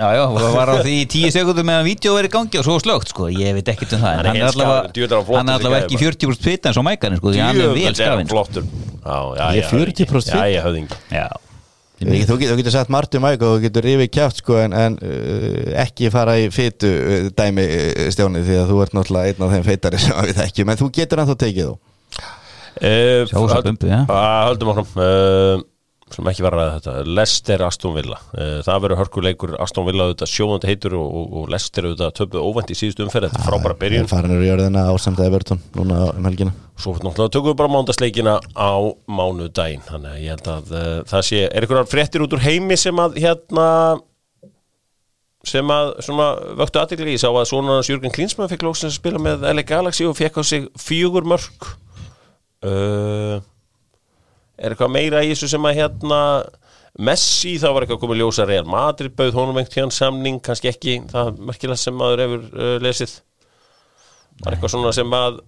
C: Já, já, og það var á því í tíu sekundum meðan vídeo verið í gangi og svo slögt, sko, ég veit ekkert um það
A: Hann
C: en
A: er
C: hann er
A: helt
C: allavega,
A: skafinn, djöfull er hann flottur þessi gæi
C: hann er allavega ekki
A: bara.
C: 40% fita eins og mækarnir, sko, því hann er vel
A: Djöfull er hann
C: skafinn sko.
A: flottur. Já, já,
B: Ég er
A: já, höfðingi.
B: 40%
A: Já, ég höfðingi.
C: Já,
B: Ég- Þú getur, þú getur sett Martin Mæk og þú getur rifið kjátt sko en, en uh, ekki fara í fytu uh, dæmi uh, stjóni því að þú ert náttúrulega einn af þeim feitari sem við þekkjum en þú getur ennþá tekið þú
A: Eh,
C: Sjáum svo
A: höld-
C: bumbu, já.
A: Ah, Höldum áfram uh, sem ekki var að ræða þetta Lester Aston Villa uh, það verður hörkuleikur Aston Villa auðvitað sjóðandi heitur og, og, og Lester auðvitað töpuð óvænt í síðustu umferð þetta er frábæra byrjun
B: Farinur í orðina ásamt að Everton núna um helgina
A: svo náttúrulega tökum við bara mándagsleikina á mánudaginn þannig að ég held að uh, það sé er einhverjar fréttir út úr heimi sem að hérna sem að svona vöktu aðdegli ég sá að svona Jörgen Klinsmann fekk lóksins að spila með LA Galaxy og fekk á sig fjögur Eh, mörg uh, er eitthvað meira í þessu sem að hérna Messi, það var eitthvað komið ljósa Real Madrid bauð honum einhvern tíðan samning kannski ekki, það er merkilega sem maður hefur uh, lesið það er eitthvað svona sem að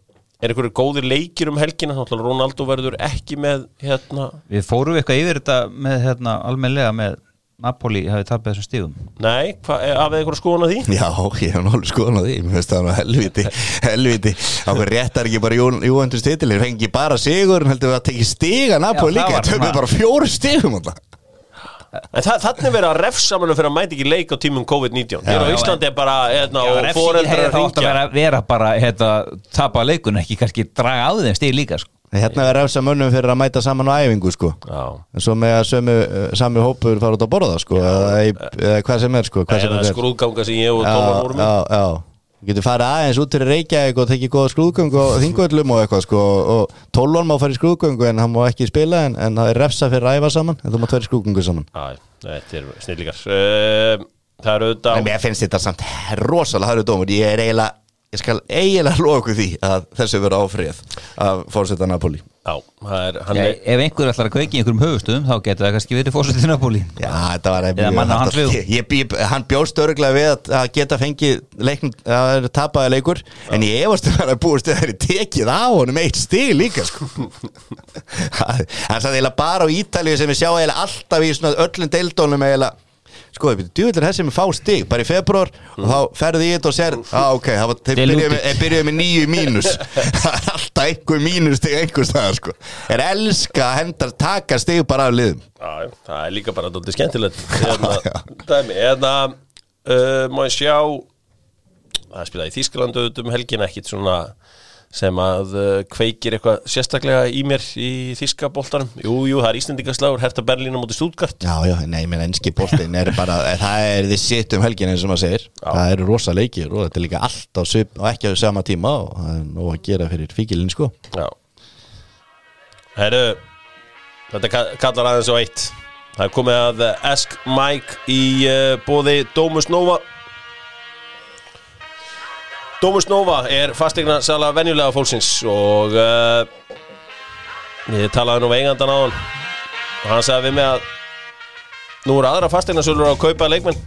A: er einhverju góðir leikir um helgina þá ætlar Ronaldo verður ekki með hérna,
C: Við fórum eitthvað yfir þetta með hérna, almennlega með Napoli hafi tapið þessum stígum
A: nei, hvað, eh, hafið eitthvað skoðun að því?
B: Já, ég hef náttúrulega skoðan á því Mér finnst það nú helviti, helviti Ákveð réttar ekki bara Júendurs titilir Fengi bara sigur, en heldur við að teki stiga Napoli
C: Já, það
B: líka,
C: var
B: tökum
C: svona-
B: við bara fjóru stigum alltaf.
A: En það, þannig verið að refsa mönnum fyrir að mæta ekki leik á tímum COVID-19 Hér á
C: já,
A: Íslandi er bara eðna,
C: Já,
A: og
C: refsing
A: foreldrar
C: hefði
A: að
C: þá átt að
A: ringja
C: vera, vera bara hérna, tapa leikun ekki kannski draga á þeim stíg líka sko.
B: Hérna er refsa mönnum fyrir að mæta saman á æfingu sko.
A: Já.
B: En svo með að sömu, eh, sami hópur fara út að borða sko. eða, eða hvað sem er sko. hvað sem
A: Eða
B: þetta er.
A: skrúðganga sem ég og Tóman vorum í
B: já, já, já Þú getur farið aðeins út fyrir Reykjavík og tekið góða skrúðgöng og þingvöllum og eitthvað sko og tólvan má fara í skrúðgöngu en hann má ekki spila en, en það er refsa fyrir að æfa saman en þú mátt fara í skrúðgöngu saman
A: Æ, Þetta er snillingar uh, Það er
B: En
A: auðvitað
B: mér finnst þetta samt rosalega harðu dómur Ég er eiginlega, ég skal eiginlega loku því að þessu vera áfrið af fórseta Napoli
A: Já, það er, hann
C: Já,
A: er
C: Ef einhver ætlar að kveiki í einhverjum höfustum þá getur það kannski verið fórsvöld til Napoli
B: Já, þetta var
C: Eða mann á hans vegum.
B: ég, ég, ég, Hann bjóst örglega við að, að geta fengið leikn, að það er tapaði leikur En ég efast um að það er búist að það er tekið á honum eitt stig líka [laughs] sko. Það það er satt eiginlega bara á Ítalíu sem við sjá eiginlega alltaf í svona öllum deildónum eiginlega Sko, djúvillir þessi með fá stig bara í februar og þá ferði ég þetta og sér ah, ok, það var, Mm. þeir
C: Deluded.
B: byrjuðu með, þeir byrjuðu með nýju [laughs] mínus það er alltaf einhver mínus stig einhver staðar sko er elska að henda taka stig bara af liðum
A: Já, það er líka bara dóttir skemmtilegt hérna, dæmi, hérna uh, má ég sjá það er spilað í Þýskalandu um helgin ekkit svona sem að uh, kveikir eitthvað sérstaklega í mér í Þýska boltanum Jú, jú, það er Íslendingaslágur, herta Berlín á móti Stuttgart
B: Já, já, nei, menn enski bóltinn er bara [laughs] það er þið sitt um helgin eins og maður segir það eru rosa leikir og þetta er líka allt á svip og ekki á sama tíma og það er nóg að gera fyrir fíkilinn sko
A: Já Herru Þetta ka- kallar aðeins á eitt Það er komið að Ask Mike í uh, bóði Dómus Nova Dómus Nova er fastegna sala venjulega fólksins og uh, ég talaði nú við engandan á hann og hann sagði við mig að nú eru aðra fastegna sölur að kaupa leikmenn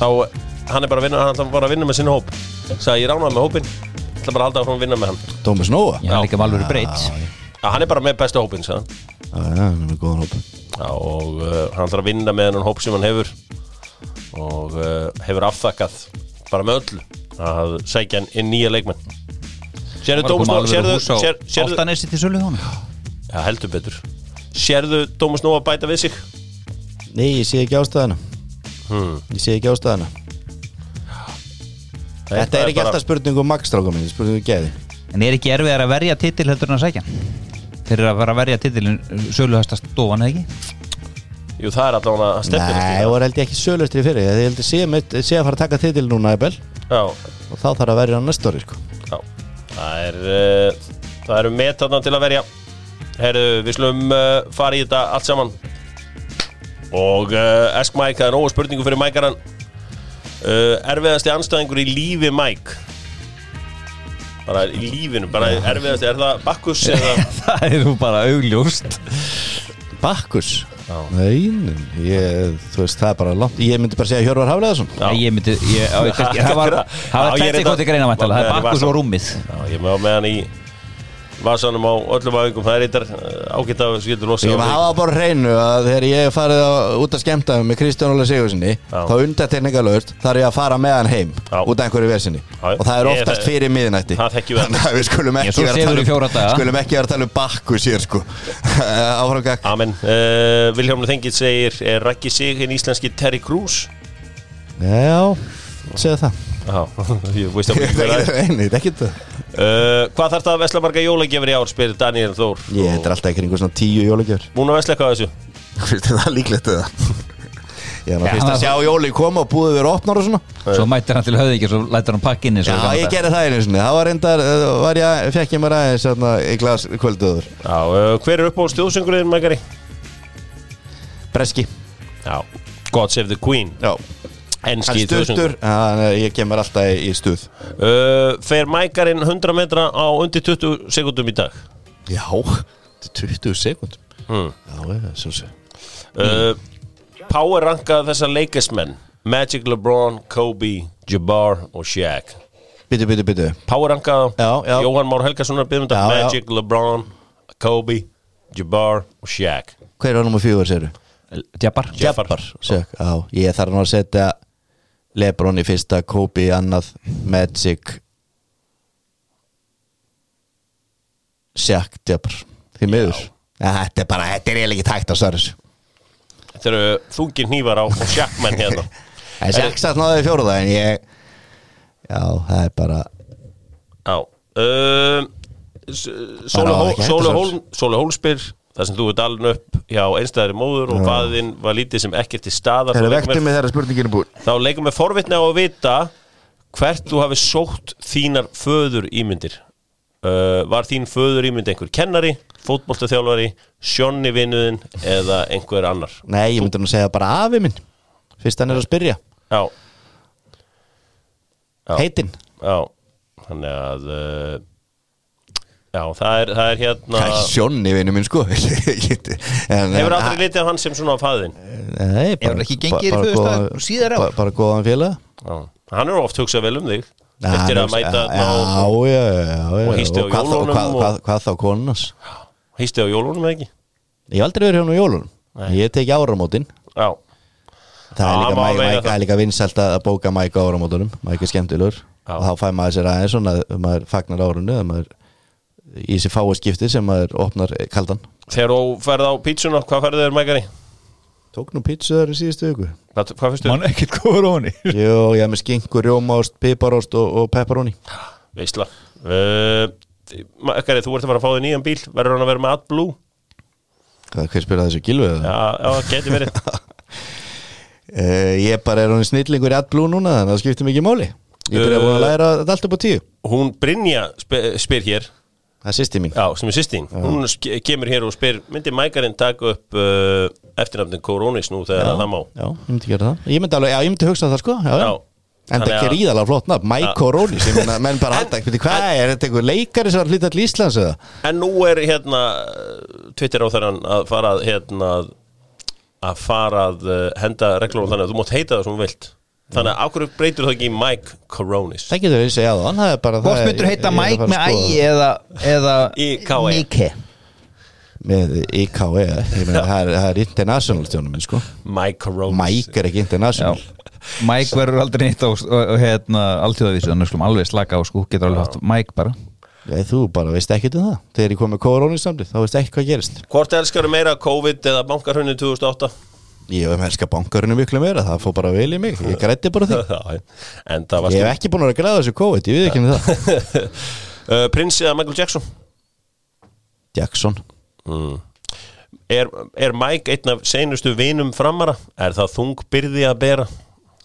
A: þá eh, hann er bara að vinna hann ætlar bara að vinna með sinni hóp sagði ég ránaði með hópin ætla bara að halda áfram að vinna með hann
B: Tómas Nóa
C: Já, líka malvöru breytt
A: Já, hann er bara með bestu hópin, sagðan
B: Já, já, hann er með góðan hóp
A: Já, og uh, hann þarf að vinna með hennan hóp sem hann hefur og uh, hefur afþakkað bara með öll að sækja hann inn nýja leikmenn Sérðu
C: Var að koma
A: Dómusnóa
C: alveg
A: sérðu,
C: hús á
A: sér, sérðu,
C: Álftanesi til sölu hún
A: já, heldur betur Sérðu Dómusnóa bæta við sig
B: Nei, ég sé ekki ástæðana Ég sé ekki ástæðana Þetta er ekki alltaf spurning um magstráka minn, spurning um geði
C: En er ekki erfiðar að verja titil heldur en að sækja hann? Fyrir að vera að verja titilin söluhæsta stofan eða ekki?
A: Jú, það er allavega
B: Nei,
A: stefnir
B: og er held ég ekki sölustri fyrir Ég held ég sé, mitt- sé að fara að taka titil núna ebel,
A: Já,
B: og þá þarf að verja hann næstu ári sko.
A: Já, það er uh, það eru metarna til að verja Herru, við slum uh, fara í þetta allt saman og uh, Esk Mike, það er nógu spurningu fyrir Mækaran uh, erfiðasti anstæðingur í lífi Mike bara í lífinu, bara erfiðasti er það Bakkus eða
B: [laughs]
C: það er nú bara augljóst
B: Bakkus Nei, nei, ég, þú veist, það er bara langt Ég myndi bara segja Hjörvar Hafleðarsson
A: Já.
C: Nei, Ég myndi, ég, á, ég, kannski, það var, það
A: Já,
C: var
A: ég er
C: tætti
A: þetta-
C: gott í greina vantala, það
A: Nei,
C: er bakkus
A: var-
C: og rúmið
A: Já, ég með á meðan í vasanum á öllum aðingum það er eitthvað ágætt að við skildur
B: Ég
A: losa
B: maður hafa bara á hreinu að þegar ég er farið á, út að skemmta mig með Kristján Óla Sigurðssoni
A: Já.
B: þá undartekningalöst þarf ég að fara með hann heim
A: Já.
B: út af einhverju vesinni
A: Já, já.
B: og það er
A: Ég-
B: oftast fyrir miðnætti
A: Það þekkjum
B: [laughs]
A: við.
B: að við skulum
C: Ég,
B: ekki
C: svo
B: vera að
C: sefur
B: tala um-
C: í fjóra daga.
B: skulum ekki vera að tala um bakku sér sko [laughs] áframgag
A: Amen. Uh, Vilhjálmur Þengið segir er Raggi sig en íslenski Terry Crews
B: Já, segðu það
A: Já, [laughs] ég veist að
B: Ég
A: mér fyrir
B: veit
A: það
B: [laughs] ekki- Nei, þetta er ekki það
A: uh, Hvað þarf það að vesla marga jólagjöfur í ár, spyrir Daniel Þór
B: Ég þetta er alltaf ekki einhver svona tíu jólagjör
A: Múna vesla eitthvað af þessu
B: Fyrst er það líklegt eða [laughs] Ég er nú
C: Já,
B: fyrst að
C: það-
B: sjá jóli koma og búið verið opnar og svona
C: Svo mætir hann til höfði ekki, svo lætur hann pakkinni
B: Já, ég gerði það einu sinni, það var reyndar, eh, var ég, fekk ég mér aðeins hérna, í glas kvölduður
A: Já, uh, hver er upp á stjóðsöngurinn, Mækari?
B: Breski,
A: Já, God Save the Queen
B: já, hann
A: Enski
B: stuttur,
A: þjóðsöngur
B: hann, eh, ég kemur alltaf í, í stuð
A: uh, Fer Mækarinn 100 metra á undir 20 sekundum í dag
B: Já, þetta er 20 sekund
A: Mm.
B: Já, ég, svo sé
A: uh, Power ranka þessar leikismenn Magic, LeBron, Kobe, Jabbar og Shaq
B: Byttu, byttu, byttu
A: Power ranka
B: Já, já.
A: Jóhann Már Helgason er byggðum
B: Já, já.
A: Magic, LeBron, Kobe, Jabbar og Shaq
B: Hver var nummer fjögur, segirðu?
C: Jabbar
A: Jabbar.
B: Sök, á, Ég þarf nú að setja Lebron í fyrsta, Kobe í annað Magic Sjakk, Jabbar Því miður ja, Þetta er bara, þetta er eiginlega ekki tækt að svara þessu
A: Þetta eru þungin hnífar á og Shaq menn
B: [laughs]
A: hérna
B: En Sjakk satt náði í fjóruða en ég Já, það er bara
A: Já um, S- Sólu
B: Bara á
A: Hól-
B: ekki að
A: Sólu
B: hætta
A: Hólm- Sólu Hólmsbyr þar sem þú ert alveg upp hjá einstæðri móður og faðinn var lítið sem ekkert til staðar
B: Þeir
A: Þá
B: eru
A: leikum
B: vektum
A: við-
B: með þeirra spurninginu búin
A: þá leikum við forvitni á að vita hvert þú hafi sótt þínar föður ímyndir uh, var þín föður ímynd einhver kennari fótboltaþjálfari, Sjonni vinnuðin eða einhver annar
B: Nei, ég myndi nú segja bara afi minn Fyrst hann er að spyrja
A: já, Já.
B: Heitinn
A: já þannig að uh, já, það er, það er hérna
B: Hvað er Sjónni vinnu minn sko [laughs] Hefur
A: hefur aldrei litið á hann sem svona á faðinn
B: Nei,
C: Hefur ekki gengið í föðurstað síðar á?
B: bara, bara góðan félag
A: Já. Hann er oft hugsað vel um þig Eftir að mæta
B: já,
A: ná,
B: já, já, já, já.
A: og hýsti á
B: hvað þá-
A: jólunum
B: hvað,
A: og-
B: hvað, hvað þá konunas
A: Hýsti á jólunum eða ekki
B: Ég hef aldrei verið hérna á jólunum Ég teki áramótin
A: Já,
B: Það er
A: Já,
B: líka,
A: má
B: Mike-
A: vega
B: Mike- það er líka vinsælt að að bóka Mike á áramótunum Mike er skemmtilegur
A: Já.
B: og þá fær maður sér aðeins svona ef maður fagnar árunni ef maður í þessi fáu skipti sem maður opnar kaldan
A: þegar þú ferð á pítsuna Hvað ferðu þér mækari?
B: Tók nú pítsu þar í síðustu [laughs] viku
A: Hvað, hvað fyrstu?
C: Man er ekkert góður á henni
B: Jó, ég hef með skinkur, rjómást, piparóst og, og pepperoni
A: Veisla uh, Mækari, þú ert að fara að fá þér nýjan bíl Verður hann að vera með AdBlue?
B: Hvað, hver spyrir þessu gilvið?
A: Já, já, geti verið
B: [laughs] Uh, ég bara er hann snillingur í AdBlue núna þannig að það skiptir mikið máli Ég byrja að búin
A: Eh.
B: að læra þetta allt upp á tíu
A: Hún Brynja sp spyr hér
B: Það er sýsti mín
A: Já, sem er sýstin Hún sk- kemur hér og spyr Myndi mækarinn taka upp uh, eftirnafnin Koronis nú þegar það má
B: Já, ég myndi gera það Ég myndi, alveg, já, ég myndi hugsa það sko já, já.
A: Já.
B: En það
A: Þannig
B: er
A: að-
B: íðalega flott nafn Mike Oronis Ég meina, menn bara halda Bíddu, Hvað er þetta einhver leikari sem var hlýtt allir Íslands eða?
A: En nú er hérna Twitter á þarann að fara að, hérna að fara að uh, henda reglunum þannig að þú mátt heita það sem þú vilt Þannig að ákveður breytur það ekki í Mike Coronis
B: Það getur við segjað á hann Það er bara
C: Hvort
B: það er-
C: myndur
B: ég- ég
C: heita
B: er að
C: Mike
B: fara
C: með
B: að
C: ægi
B: skoða
C: eða, eða
A: IKE.
C: Nike
B: Með IKE Ég meina, það er- það er international stjónum minn sko
A: Mike Coronis
B: Mike er ekki
C: Já.
B: international
C: Mike verður aldrei neitt á á- hérna, alltíðavísu, þannig að skulum alveg slaka á sko, getur alveg haft Mike bara
B: Nei, Þú bara veist ekkert um það Þegar ég kom með Oronis samlið Þá veist ekki hvað gerist
A: Hvort elskar meira COVID eða bankarhunni 2008?
B: Ég hef elska bankarinu miklu meira Það fór bara vel í mig Ég grætti bara á því
A: en það var
B: Ég hef ekki búin að vera að græða þessu COVID, ég við ekki með það
A: uh, Prins eða Michael Jackson
B: Jackson
A: er, er Mike einn af seinustu vinum framara? Er það þung byrði að bera?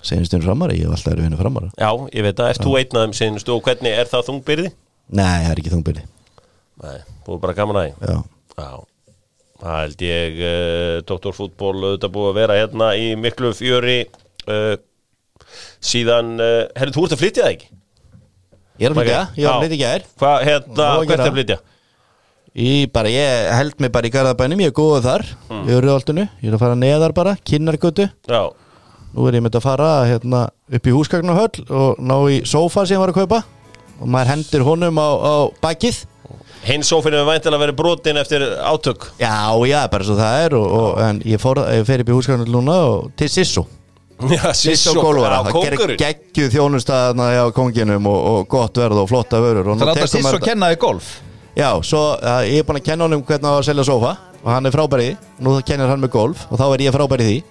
B: Seinstum um framari, ég hef alltaf verið vinna framara
A: Já, ég veit að, ert þú einn af þeim seinustu og hvernig er það þung byrði?
B: Nei, það er ekki þungbili
A: Nei, þú er bara gaman að því
B: Já,
A: Já, það held ég uh, Dr. Fútból auðvitað búið að vera hérna í miklu fjöri uh, síðan, uh, herri, þú ert að flytja það ekki?
B: Ég er að flytja, ég var að flytja í gær
A: Hvað, hérna,
B: Nóg að
A: hvert er
B: gera.
A: að flytja?
B: Ég, bara, ég held mig bara í garðabænum, ég er góðu þar
A: Hmm.
B: Ég er rjóðaltinu, ég er að fara neðar bara, kinnargötu
A: Já,
B: Nú er ég myndi að fara hérna, upp í húsgagnahöll og ná í sófa sem ég var að kaupa Og maður hendur honum á, á bakið
A: hinn sófinn er væntilega að vera brotin eftir átök [laughs]
B: Já, já, bara svo það er og, og, En ég, fór, ég fer upp í húsgagnahöll núna og, til Sissó
A: Já,
B: Sissó
A: Sissoko,
B: Gólvara,
A: já,
B: það gerir
A: kóngurinn.
B: geggjuð þjónustaðna hjá konginum og, og gott verð og flotta vörur og nú
C: Það er alltaf
B: tekur maður
C: sýst svo
B: þetta-
C: kennaði golf
B: Já, svo uh, ég er búin að kenna honum hvernig á að selja sofa og hann er frábæri, í því. nú þá kennir hann með golf og þá er ég frábæri í því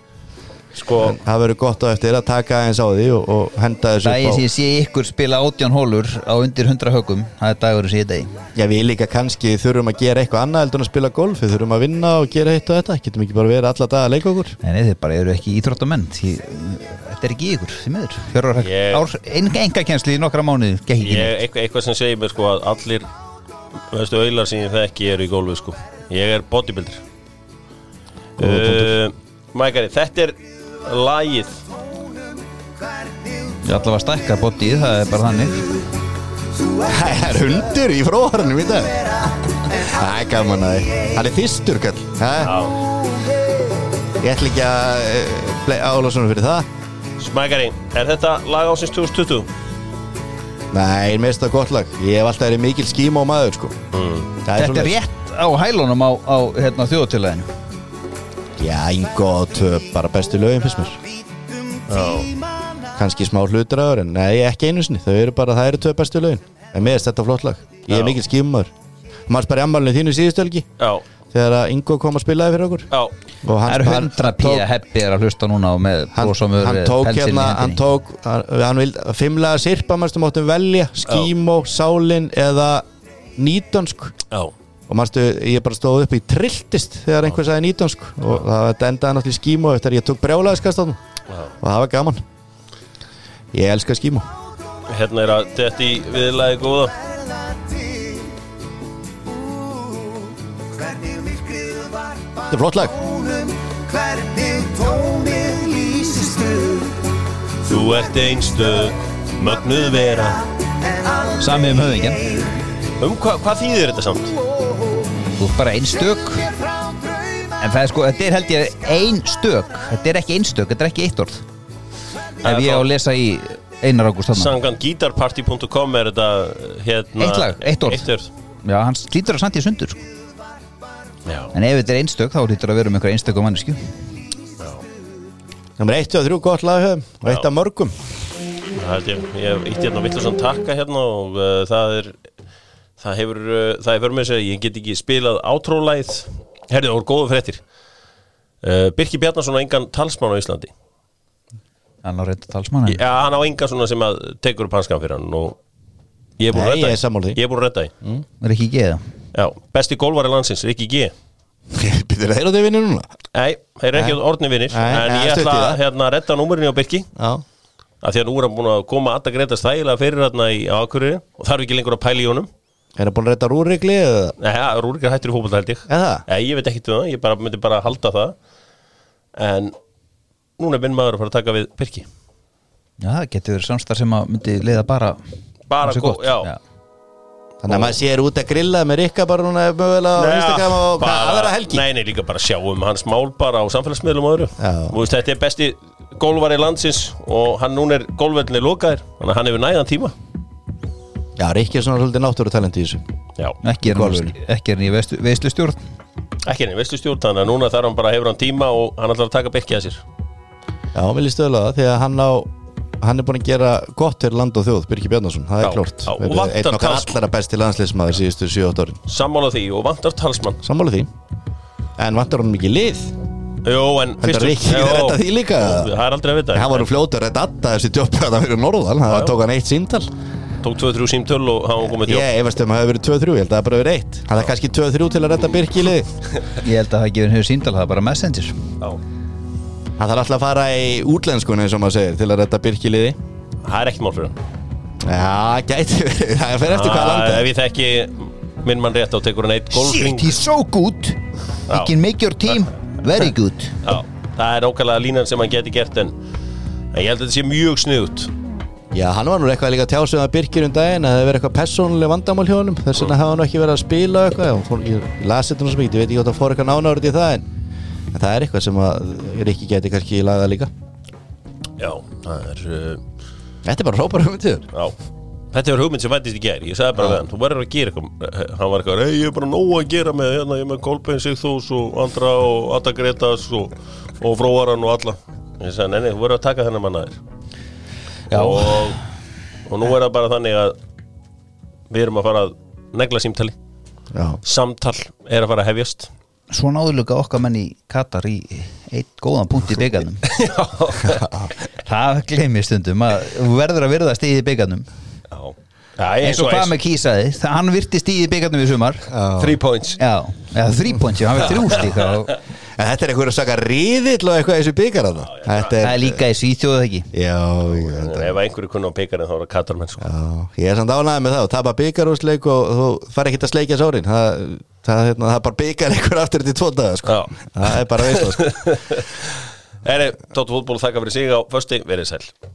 A: Sko,
B: Það verður gott á eftir að taka eins á því og, og henda þessu
C: Dagi
B: upp á
C: sem ég sé ykkur spila átján hólur á undir 100 högum Það er dagur sem ég degi
B: Já, við líka kannski þurfum að gera eitthvað annað heldur en að spila golf, við þurfum að vinna og gera eitt og þetta, getum ekki bara verið alla daga að leika okkur
C: Nei, nei, þið bara eru ekki íþróttamenn því- Þetta er ekki í ykkur, því miður Fjörur
A: Ég-
C: ár, enga enga kjensli í nokkra mánuði Gekk ekki neitt.
A: ég, eitthvað, eitthvað sem segir mér sko að allir veistu, auðlar sem ég þekki eru í gólfi sko Ég er bodybuilder uh, Mækari, þetta er lagið
C: Ég ætla að stækka bóttið, það er bara þannig
B: [laughs] Það er hundur í fróðarnum í dag Það er gaman að því Hann er þýstur kall ha?
A: Já
B: Ég ætla ekki að eh, ble- álasa honum fyrir það
A: Smækari, er þetta lag ásins 2020?
B: Nei, mér finnst það gott lag Ég hef alltaf verið mikil skíma á maður sko. Það
C: Þetta er
B: svoleiðis.
C: rétt á hælunum á, á hérna, þjóðatillæðinu
B: Já, Ingo og Töp, bara bestu lögin fyrst mér Kanski smá hlutraður en nei, ekki einu sinni Þau eru bara, það eru Töp bestu lögin En mér finnst þetta flott lag Ég
A: Já.
B: er mikil skíma á maður Maður spara í ammálinu þínu síðustu helgi
A: Já,
B: Þegar að Ingo kom að spilaði fyrir okkur
A: já,
B: Og
C: Það eru
B: hann-
C: hundra
B: hann tók-
C: píja heppi er að hlusta núna og með
B: hann,
C: brosomur
B: hann tók hérna, hann tók hann, hann vild, fimmlega sirpa mannstu máttum velja skímó, sálin eða nýtönsk
A: já
B: og mannstu, ég bara stóð upp í trilltist þegar einhver sagði nýtönsk og það þetta endaði náttúrulega í skímó eftir að ég tók brjálæðiskast á hann og það var gaman ég elska skímó
A: Hérna er að þetta í viðlagi góða
B: þetta er flott lag
A: Þú ert einstök Mögnuð vera
C: Samið um höfðingin
A: Um hva, hvað þýðir þetta samt?
C: Þú er bara einstök En það er sko, þetta er held ég einstök Þetta er ekki einstök, þetta er ekki eitt orð
A: Það
C: Ef
A: er
C: ég á
A: þá-
C: að lesa í Einar Ágúst þarna
A: Sangan guitarparty.com er þetta hérna
C: Eitt lag, eitt orð.
A: Eitt orð
C: Já, hann hlýtur að sandi í sundur sko.
A: Já,
C: En ef þetta er einstök, þá hlýtur að vera um einhver einstökum mannesku
A: já
B: nummer 1 og 3 gott lag höfum og eitt af [laughs] mörgum
A: Það held ég, ég hef ítti hérna vittlusan takka hérna og uh, það er það hefur, uh, það hefur með sér að ég get ekki spilað átrólæð herrið, það voru góðu fréttir uh, Birki Bjarnason á engan talsmann á Íslandi
C: Hann á reynda talsmann en-
A: Já, hann á engan svona sem að tekur upp hanskan fyrir hann og ég er búin
B: Nei,
A: að redda
B: ég er sammála því.
A: Ég er búin að redda því
C: Er ekki geða
A: Já, besti gólvari landsins, Rikki G
B: býtur þeir á þeir vinni núna
A: Nei, þeir eru ekki
B: Nei.
A: orðni vinnir
B: Nei,
A: en
B: nei,
A: ég
B: stutt í
A: ætla
B: það.
A: að hérna, redda númurinu á Birki
B: já
A: af því að nú er hann búin að koma að greitast þægilega fyrir hérna í Akureyri og þarf ekki lengur að pæla í honum
B: er það búin að reyta rúrigli eða
A: Nei, ja, Rúrik er hættur í fótbolta held ég
B: Er það?
A: Nei, ég veit ekkert um það, ég bara, myndi bara halda það En núna er minn maður að fara að taka við Birki
C: Já, það getur verið samstarf sem að myndi leiða bara
A: Bara
C: ansi
A: gó- já.
B: Þannig að maður sér út að grilla með Rikka bara núna ef mögulega á Instagram og hvað aðra helgi
A: Nei, nei, líka bara sjá um hans mál bara á samfélagsmiðlum og öðru
B: Já.
A: Þú veist, þetta er besti gólvari landsins og hann núna er gólvellinni lokaðir Þannig að hann hefur nægan tíma
B: Já, Rikki er svona svolítið náttúrutalent í þessu
A: Já,
C: Ekki er hann,
B: Golfinu.
C: ekki er hann í veislu, veislustjórn
A: ekki henni, veistu stjórn Þannig að núna þarf hann bara hefur hann tíma og hann ætlar að taka Birki að sér
B: Já, hann vil ég stöðla það því að hann á hann er búin að gera gott fyrir land og þjóð Birgir Bjarnason, það
A: Já,
B: er klort
A: já, og
B: Verið
A: vantar
B: Einn okkar
A: talsmann.
B: allra besti landsleismaður síðustu 7-8 árin
A: Sammála því og vantar talsmann
B: Sammála því En vantar hann mikið lið
A: Jó, en
B: Þetta er Rikki að redda því líka
A: Það er aldrei að vita
B: En hann var nú fljótur að redda alltaf þessi djópa að það fyrir norðal, það
A: já.
B: tók hann eitt síntal
A: Tók 2-3 símtöl og hann komið til
B: Ég efast um að það hefur verið 2-3, ég held að það hafi bara verið eitt Hann er kannski 2-3 til að redda Birgi í lið
C: Ég held að það gefur henni síndal, það er bara messenger
A: Já.
B: Hann þarf alltaf að fara í útlenskunni eins og maður segir til að redda Birki í liði
A: Það er ekki mál fyrir hann
B: Já, gæti verið, það fer eftir hvað
A: Ah,
B: landa
A: Ef ég þekki minn mann rétt á tekur hann eitt golfring
C: he's so good He
A: Já.
C: can make your team very good
A: Já, það er ókvæmlega línan sem hann geti gert en, en ég held að þetta sé mjög sniðut
B: Já, hann var nú eitthvað líka að tjá sig að Birkir um daginn að það hefði verið eitthvað persónuleg vandamál hjá honum þess vegna hafa hann nú ekki verið að spila og eitthvað og fór, ég lasi þetta nú svo mikið, ég veit ekki hvort að fór eitthvað nánar út í það en, en það er eitthvað sem að Rikki geti kannski lagað líka
A: Já, það er uh,
B: Þetta er bara hrópar hugmyndiður
A: Já Þetta var hugmynd sem væntist í gær, ég sagði bara við hann, þú verður að gera eitthvað, Eh, hann var eitthvað, hei ég er bara nóg að gera með, hérna ég er með Kolbein Sigþús og Andra og Adda Gretas og, og Fróaran og alla, ég sagði, nei, nei, þú verður að taka þennan manna þér
C: Já.
A: og, og nú er það bara þannig að við erum að fara að negla símtali
B: Já,
A: samtal er að fara að hefjast
C: Svo náðurlega okkar menn í Katar í eitt góðan punkt í [laughs] byggarnum Það gleymir stundum að þú verður að virðast í byggarnum
A: Já, Já ég,
C: eins og hvað með kísaði, það- hann virtist í byggarnum í sumar
A: Three points
C: Já, eða þrípoint, hann verður þrjústík [laughs] Það
B: en þetta er eitthvað að saka riðill og eitthvað í þessu byggar þarna Þetta
C: er líka í Svíþjóðu ekki
B: Já, já,
A: En
B: þetta-
A: ef einhverju kunna á peikarinn þá er það katarmenn sko.
B: já, ég er samt ánægð með það og tapa byggarúsleik og þú fari ekki að sleikja sárin það, það, hérna, það er bara byggar einhver aftur til tvo daga sko.
A: Já.
B: það er bara veist sko.
A: Eri, Tóttu fútból þakka fyrir sig á fösti, verið sæl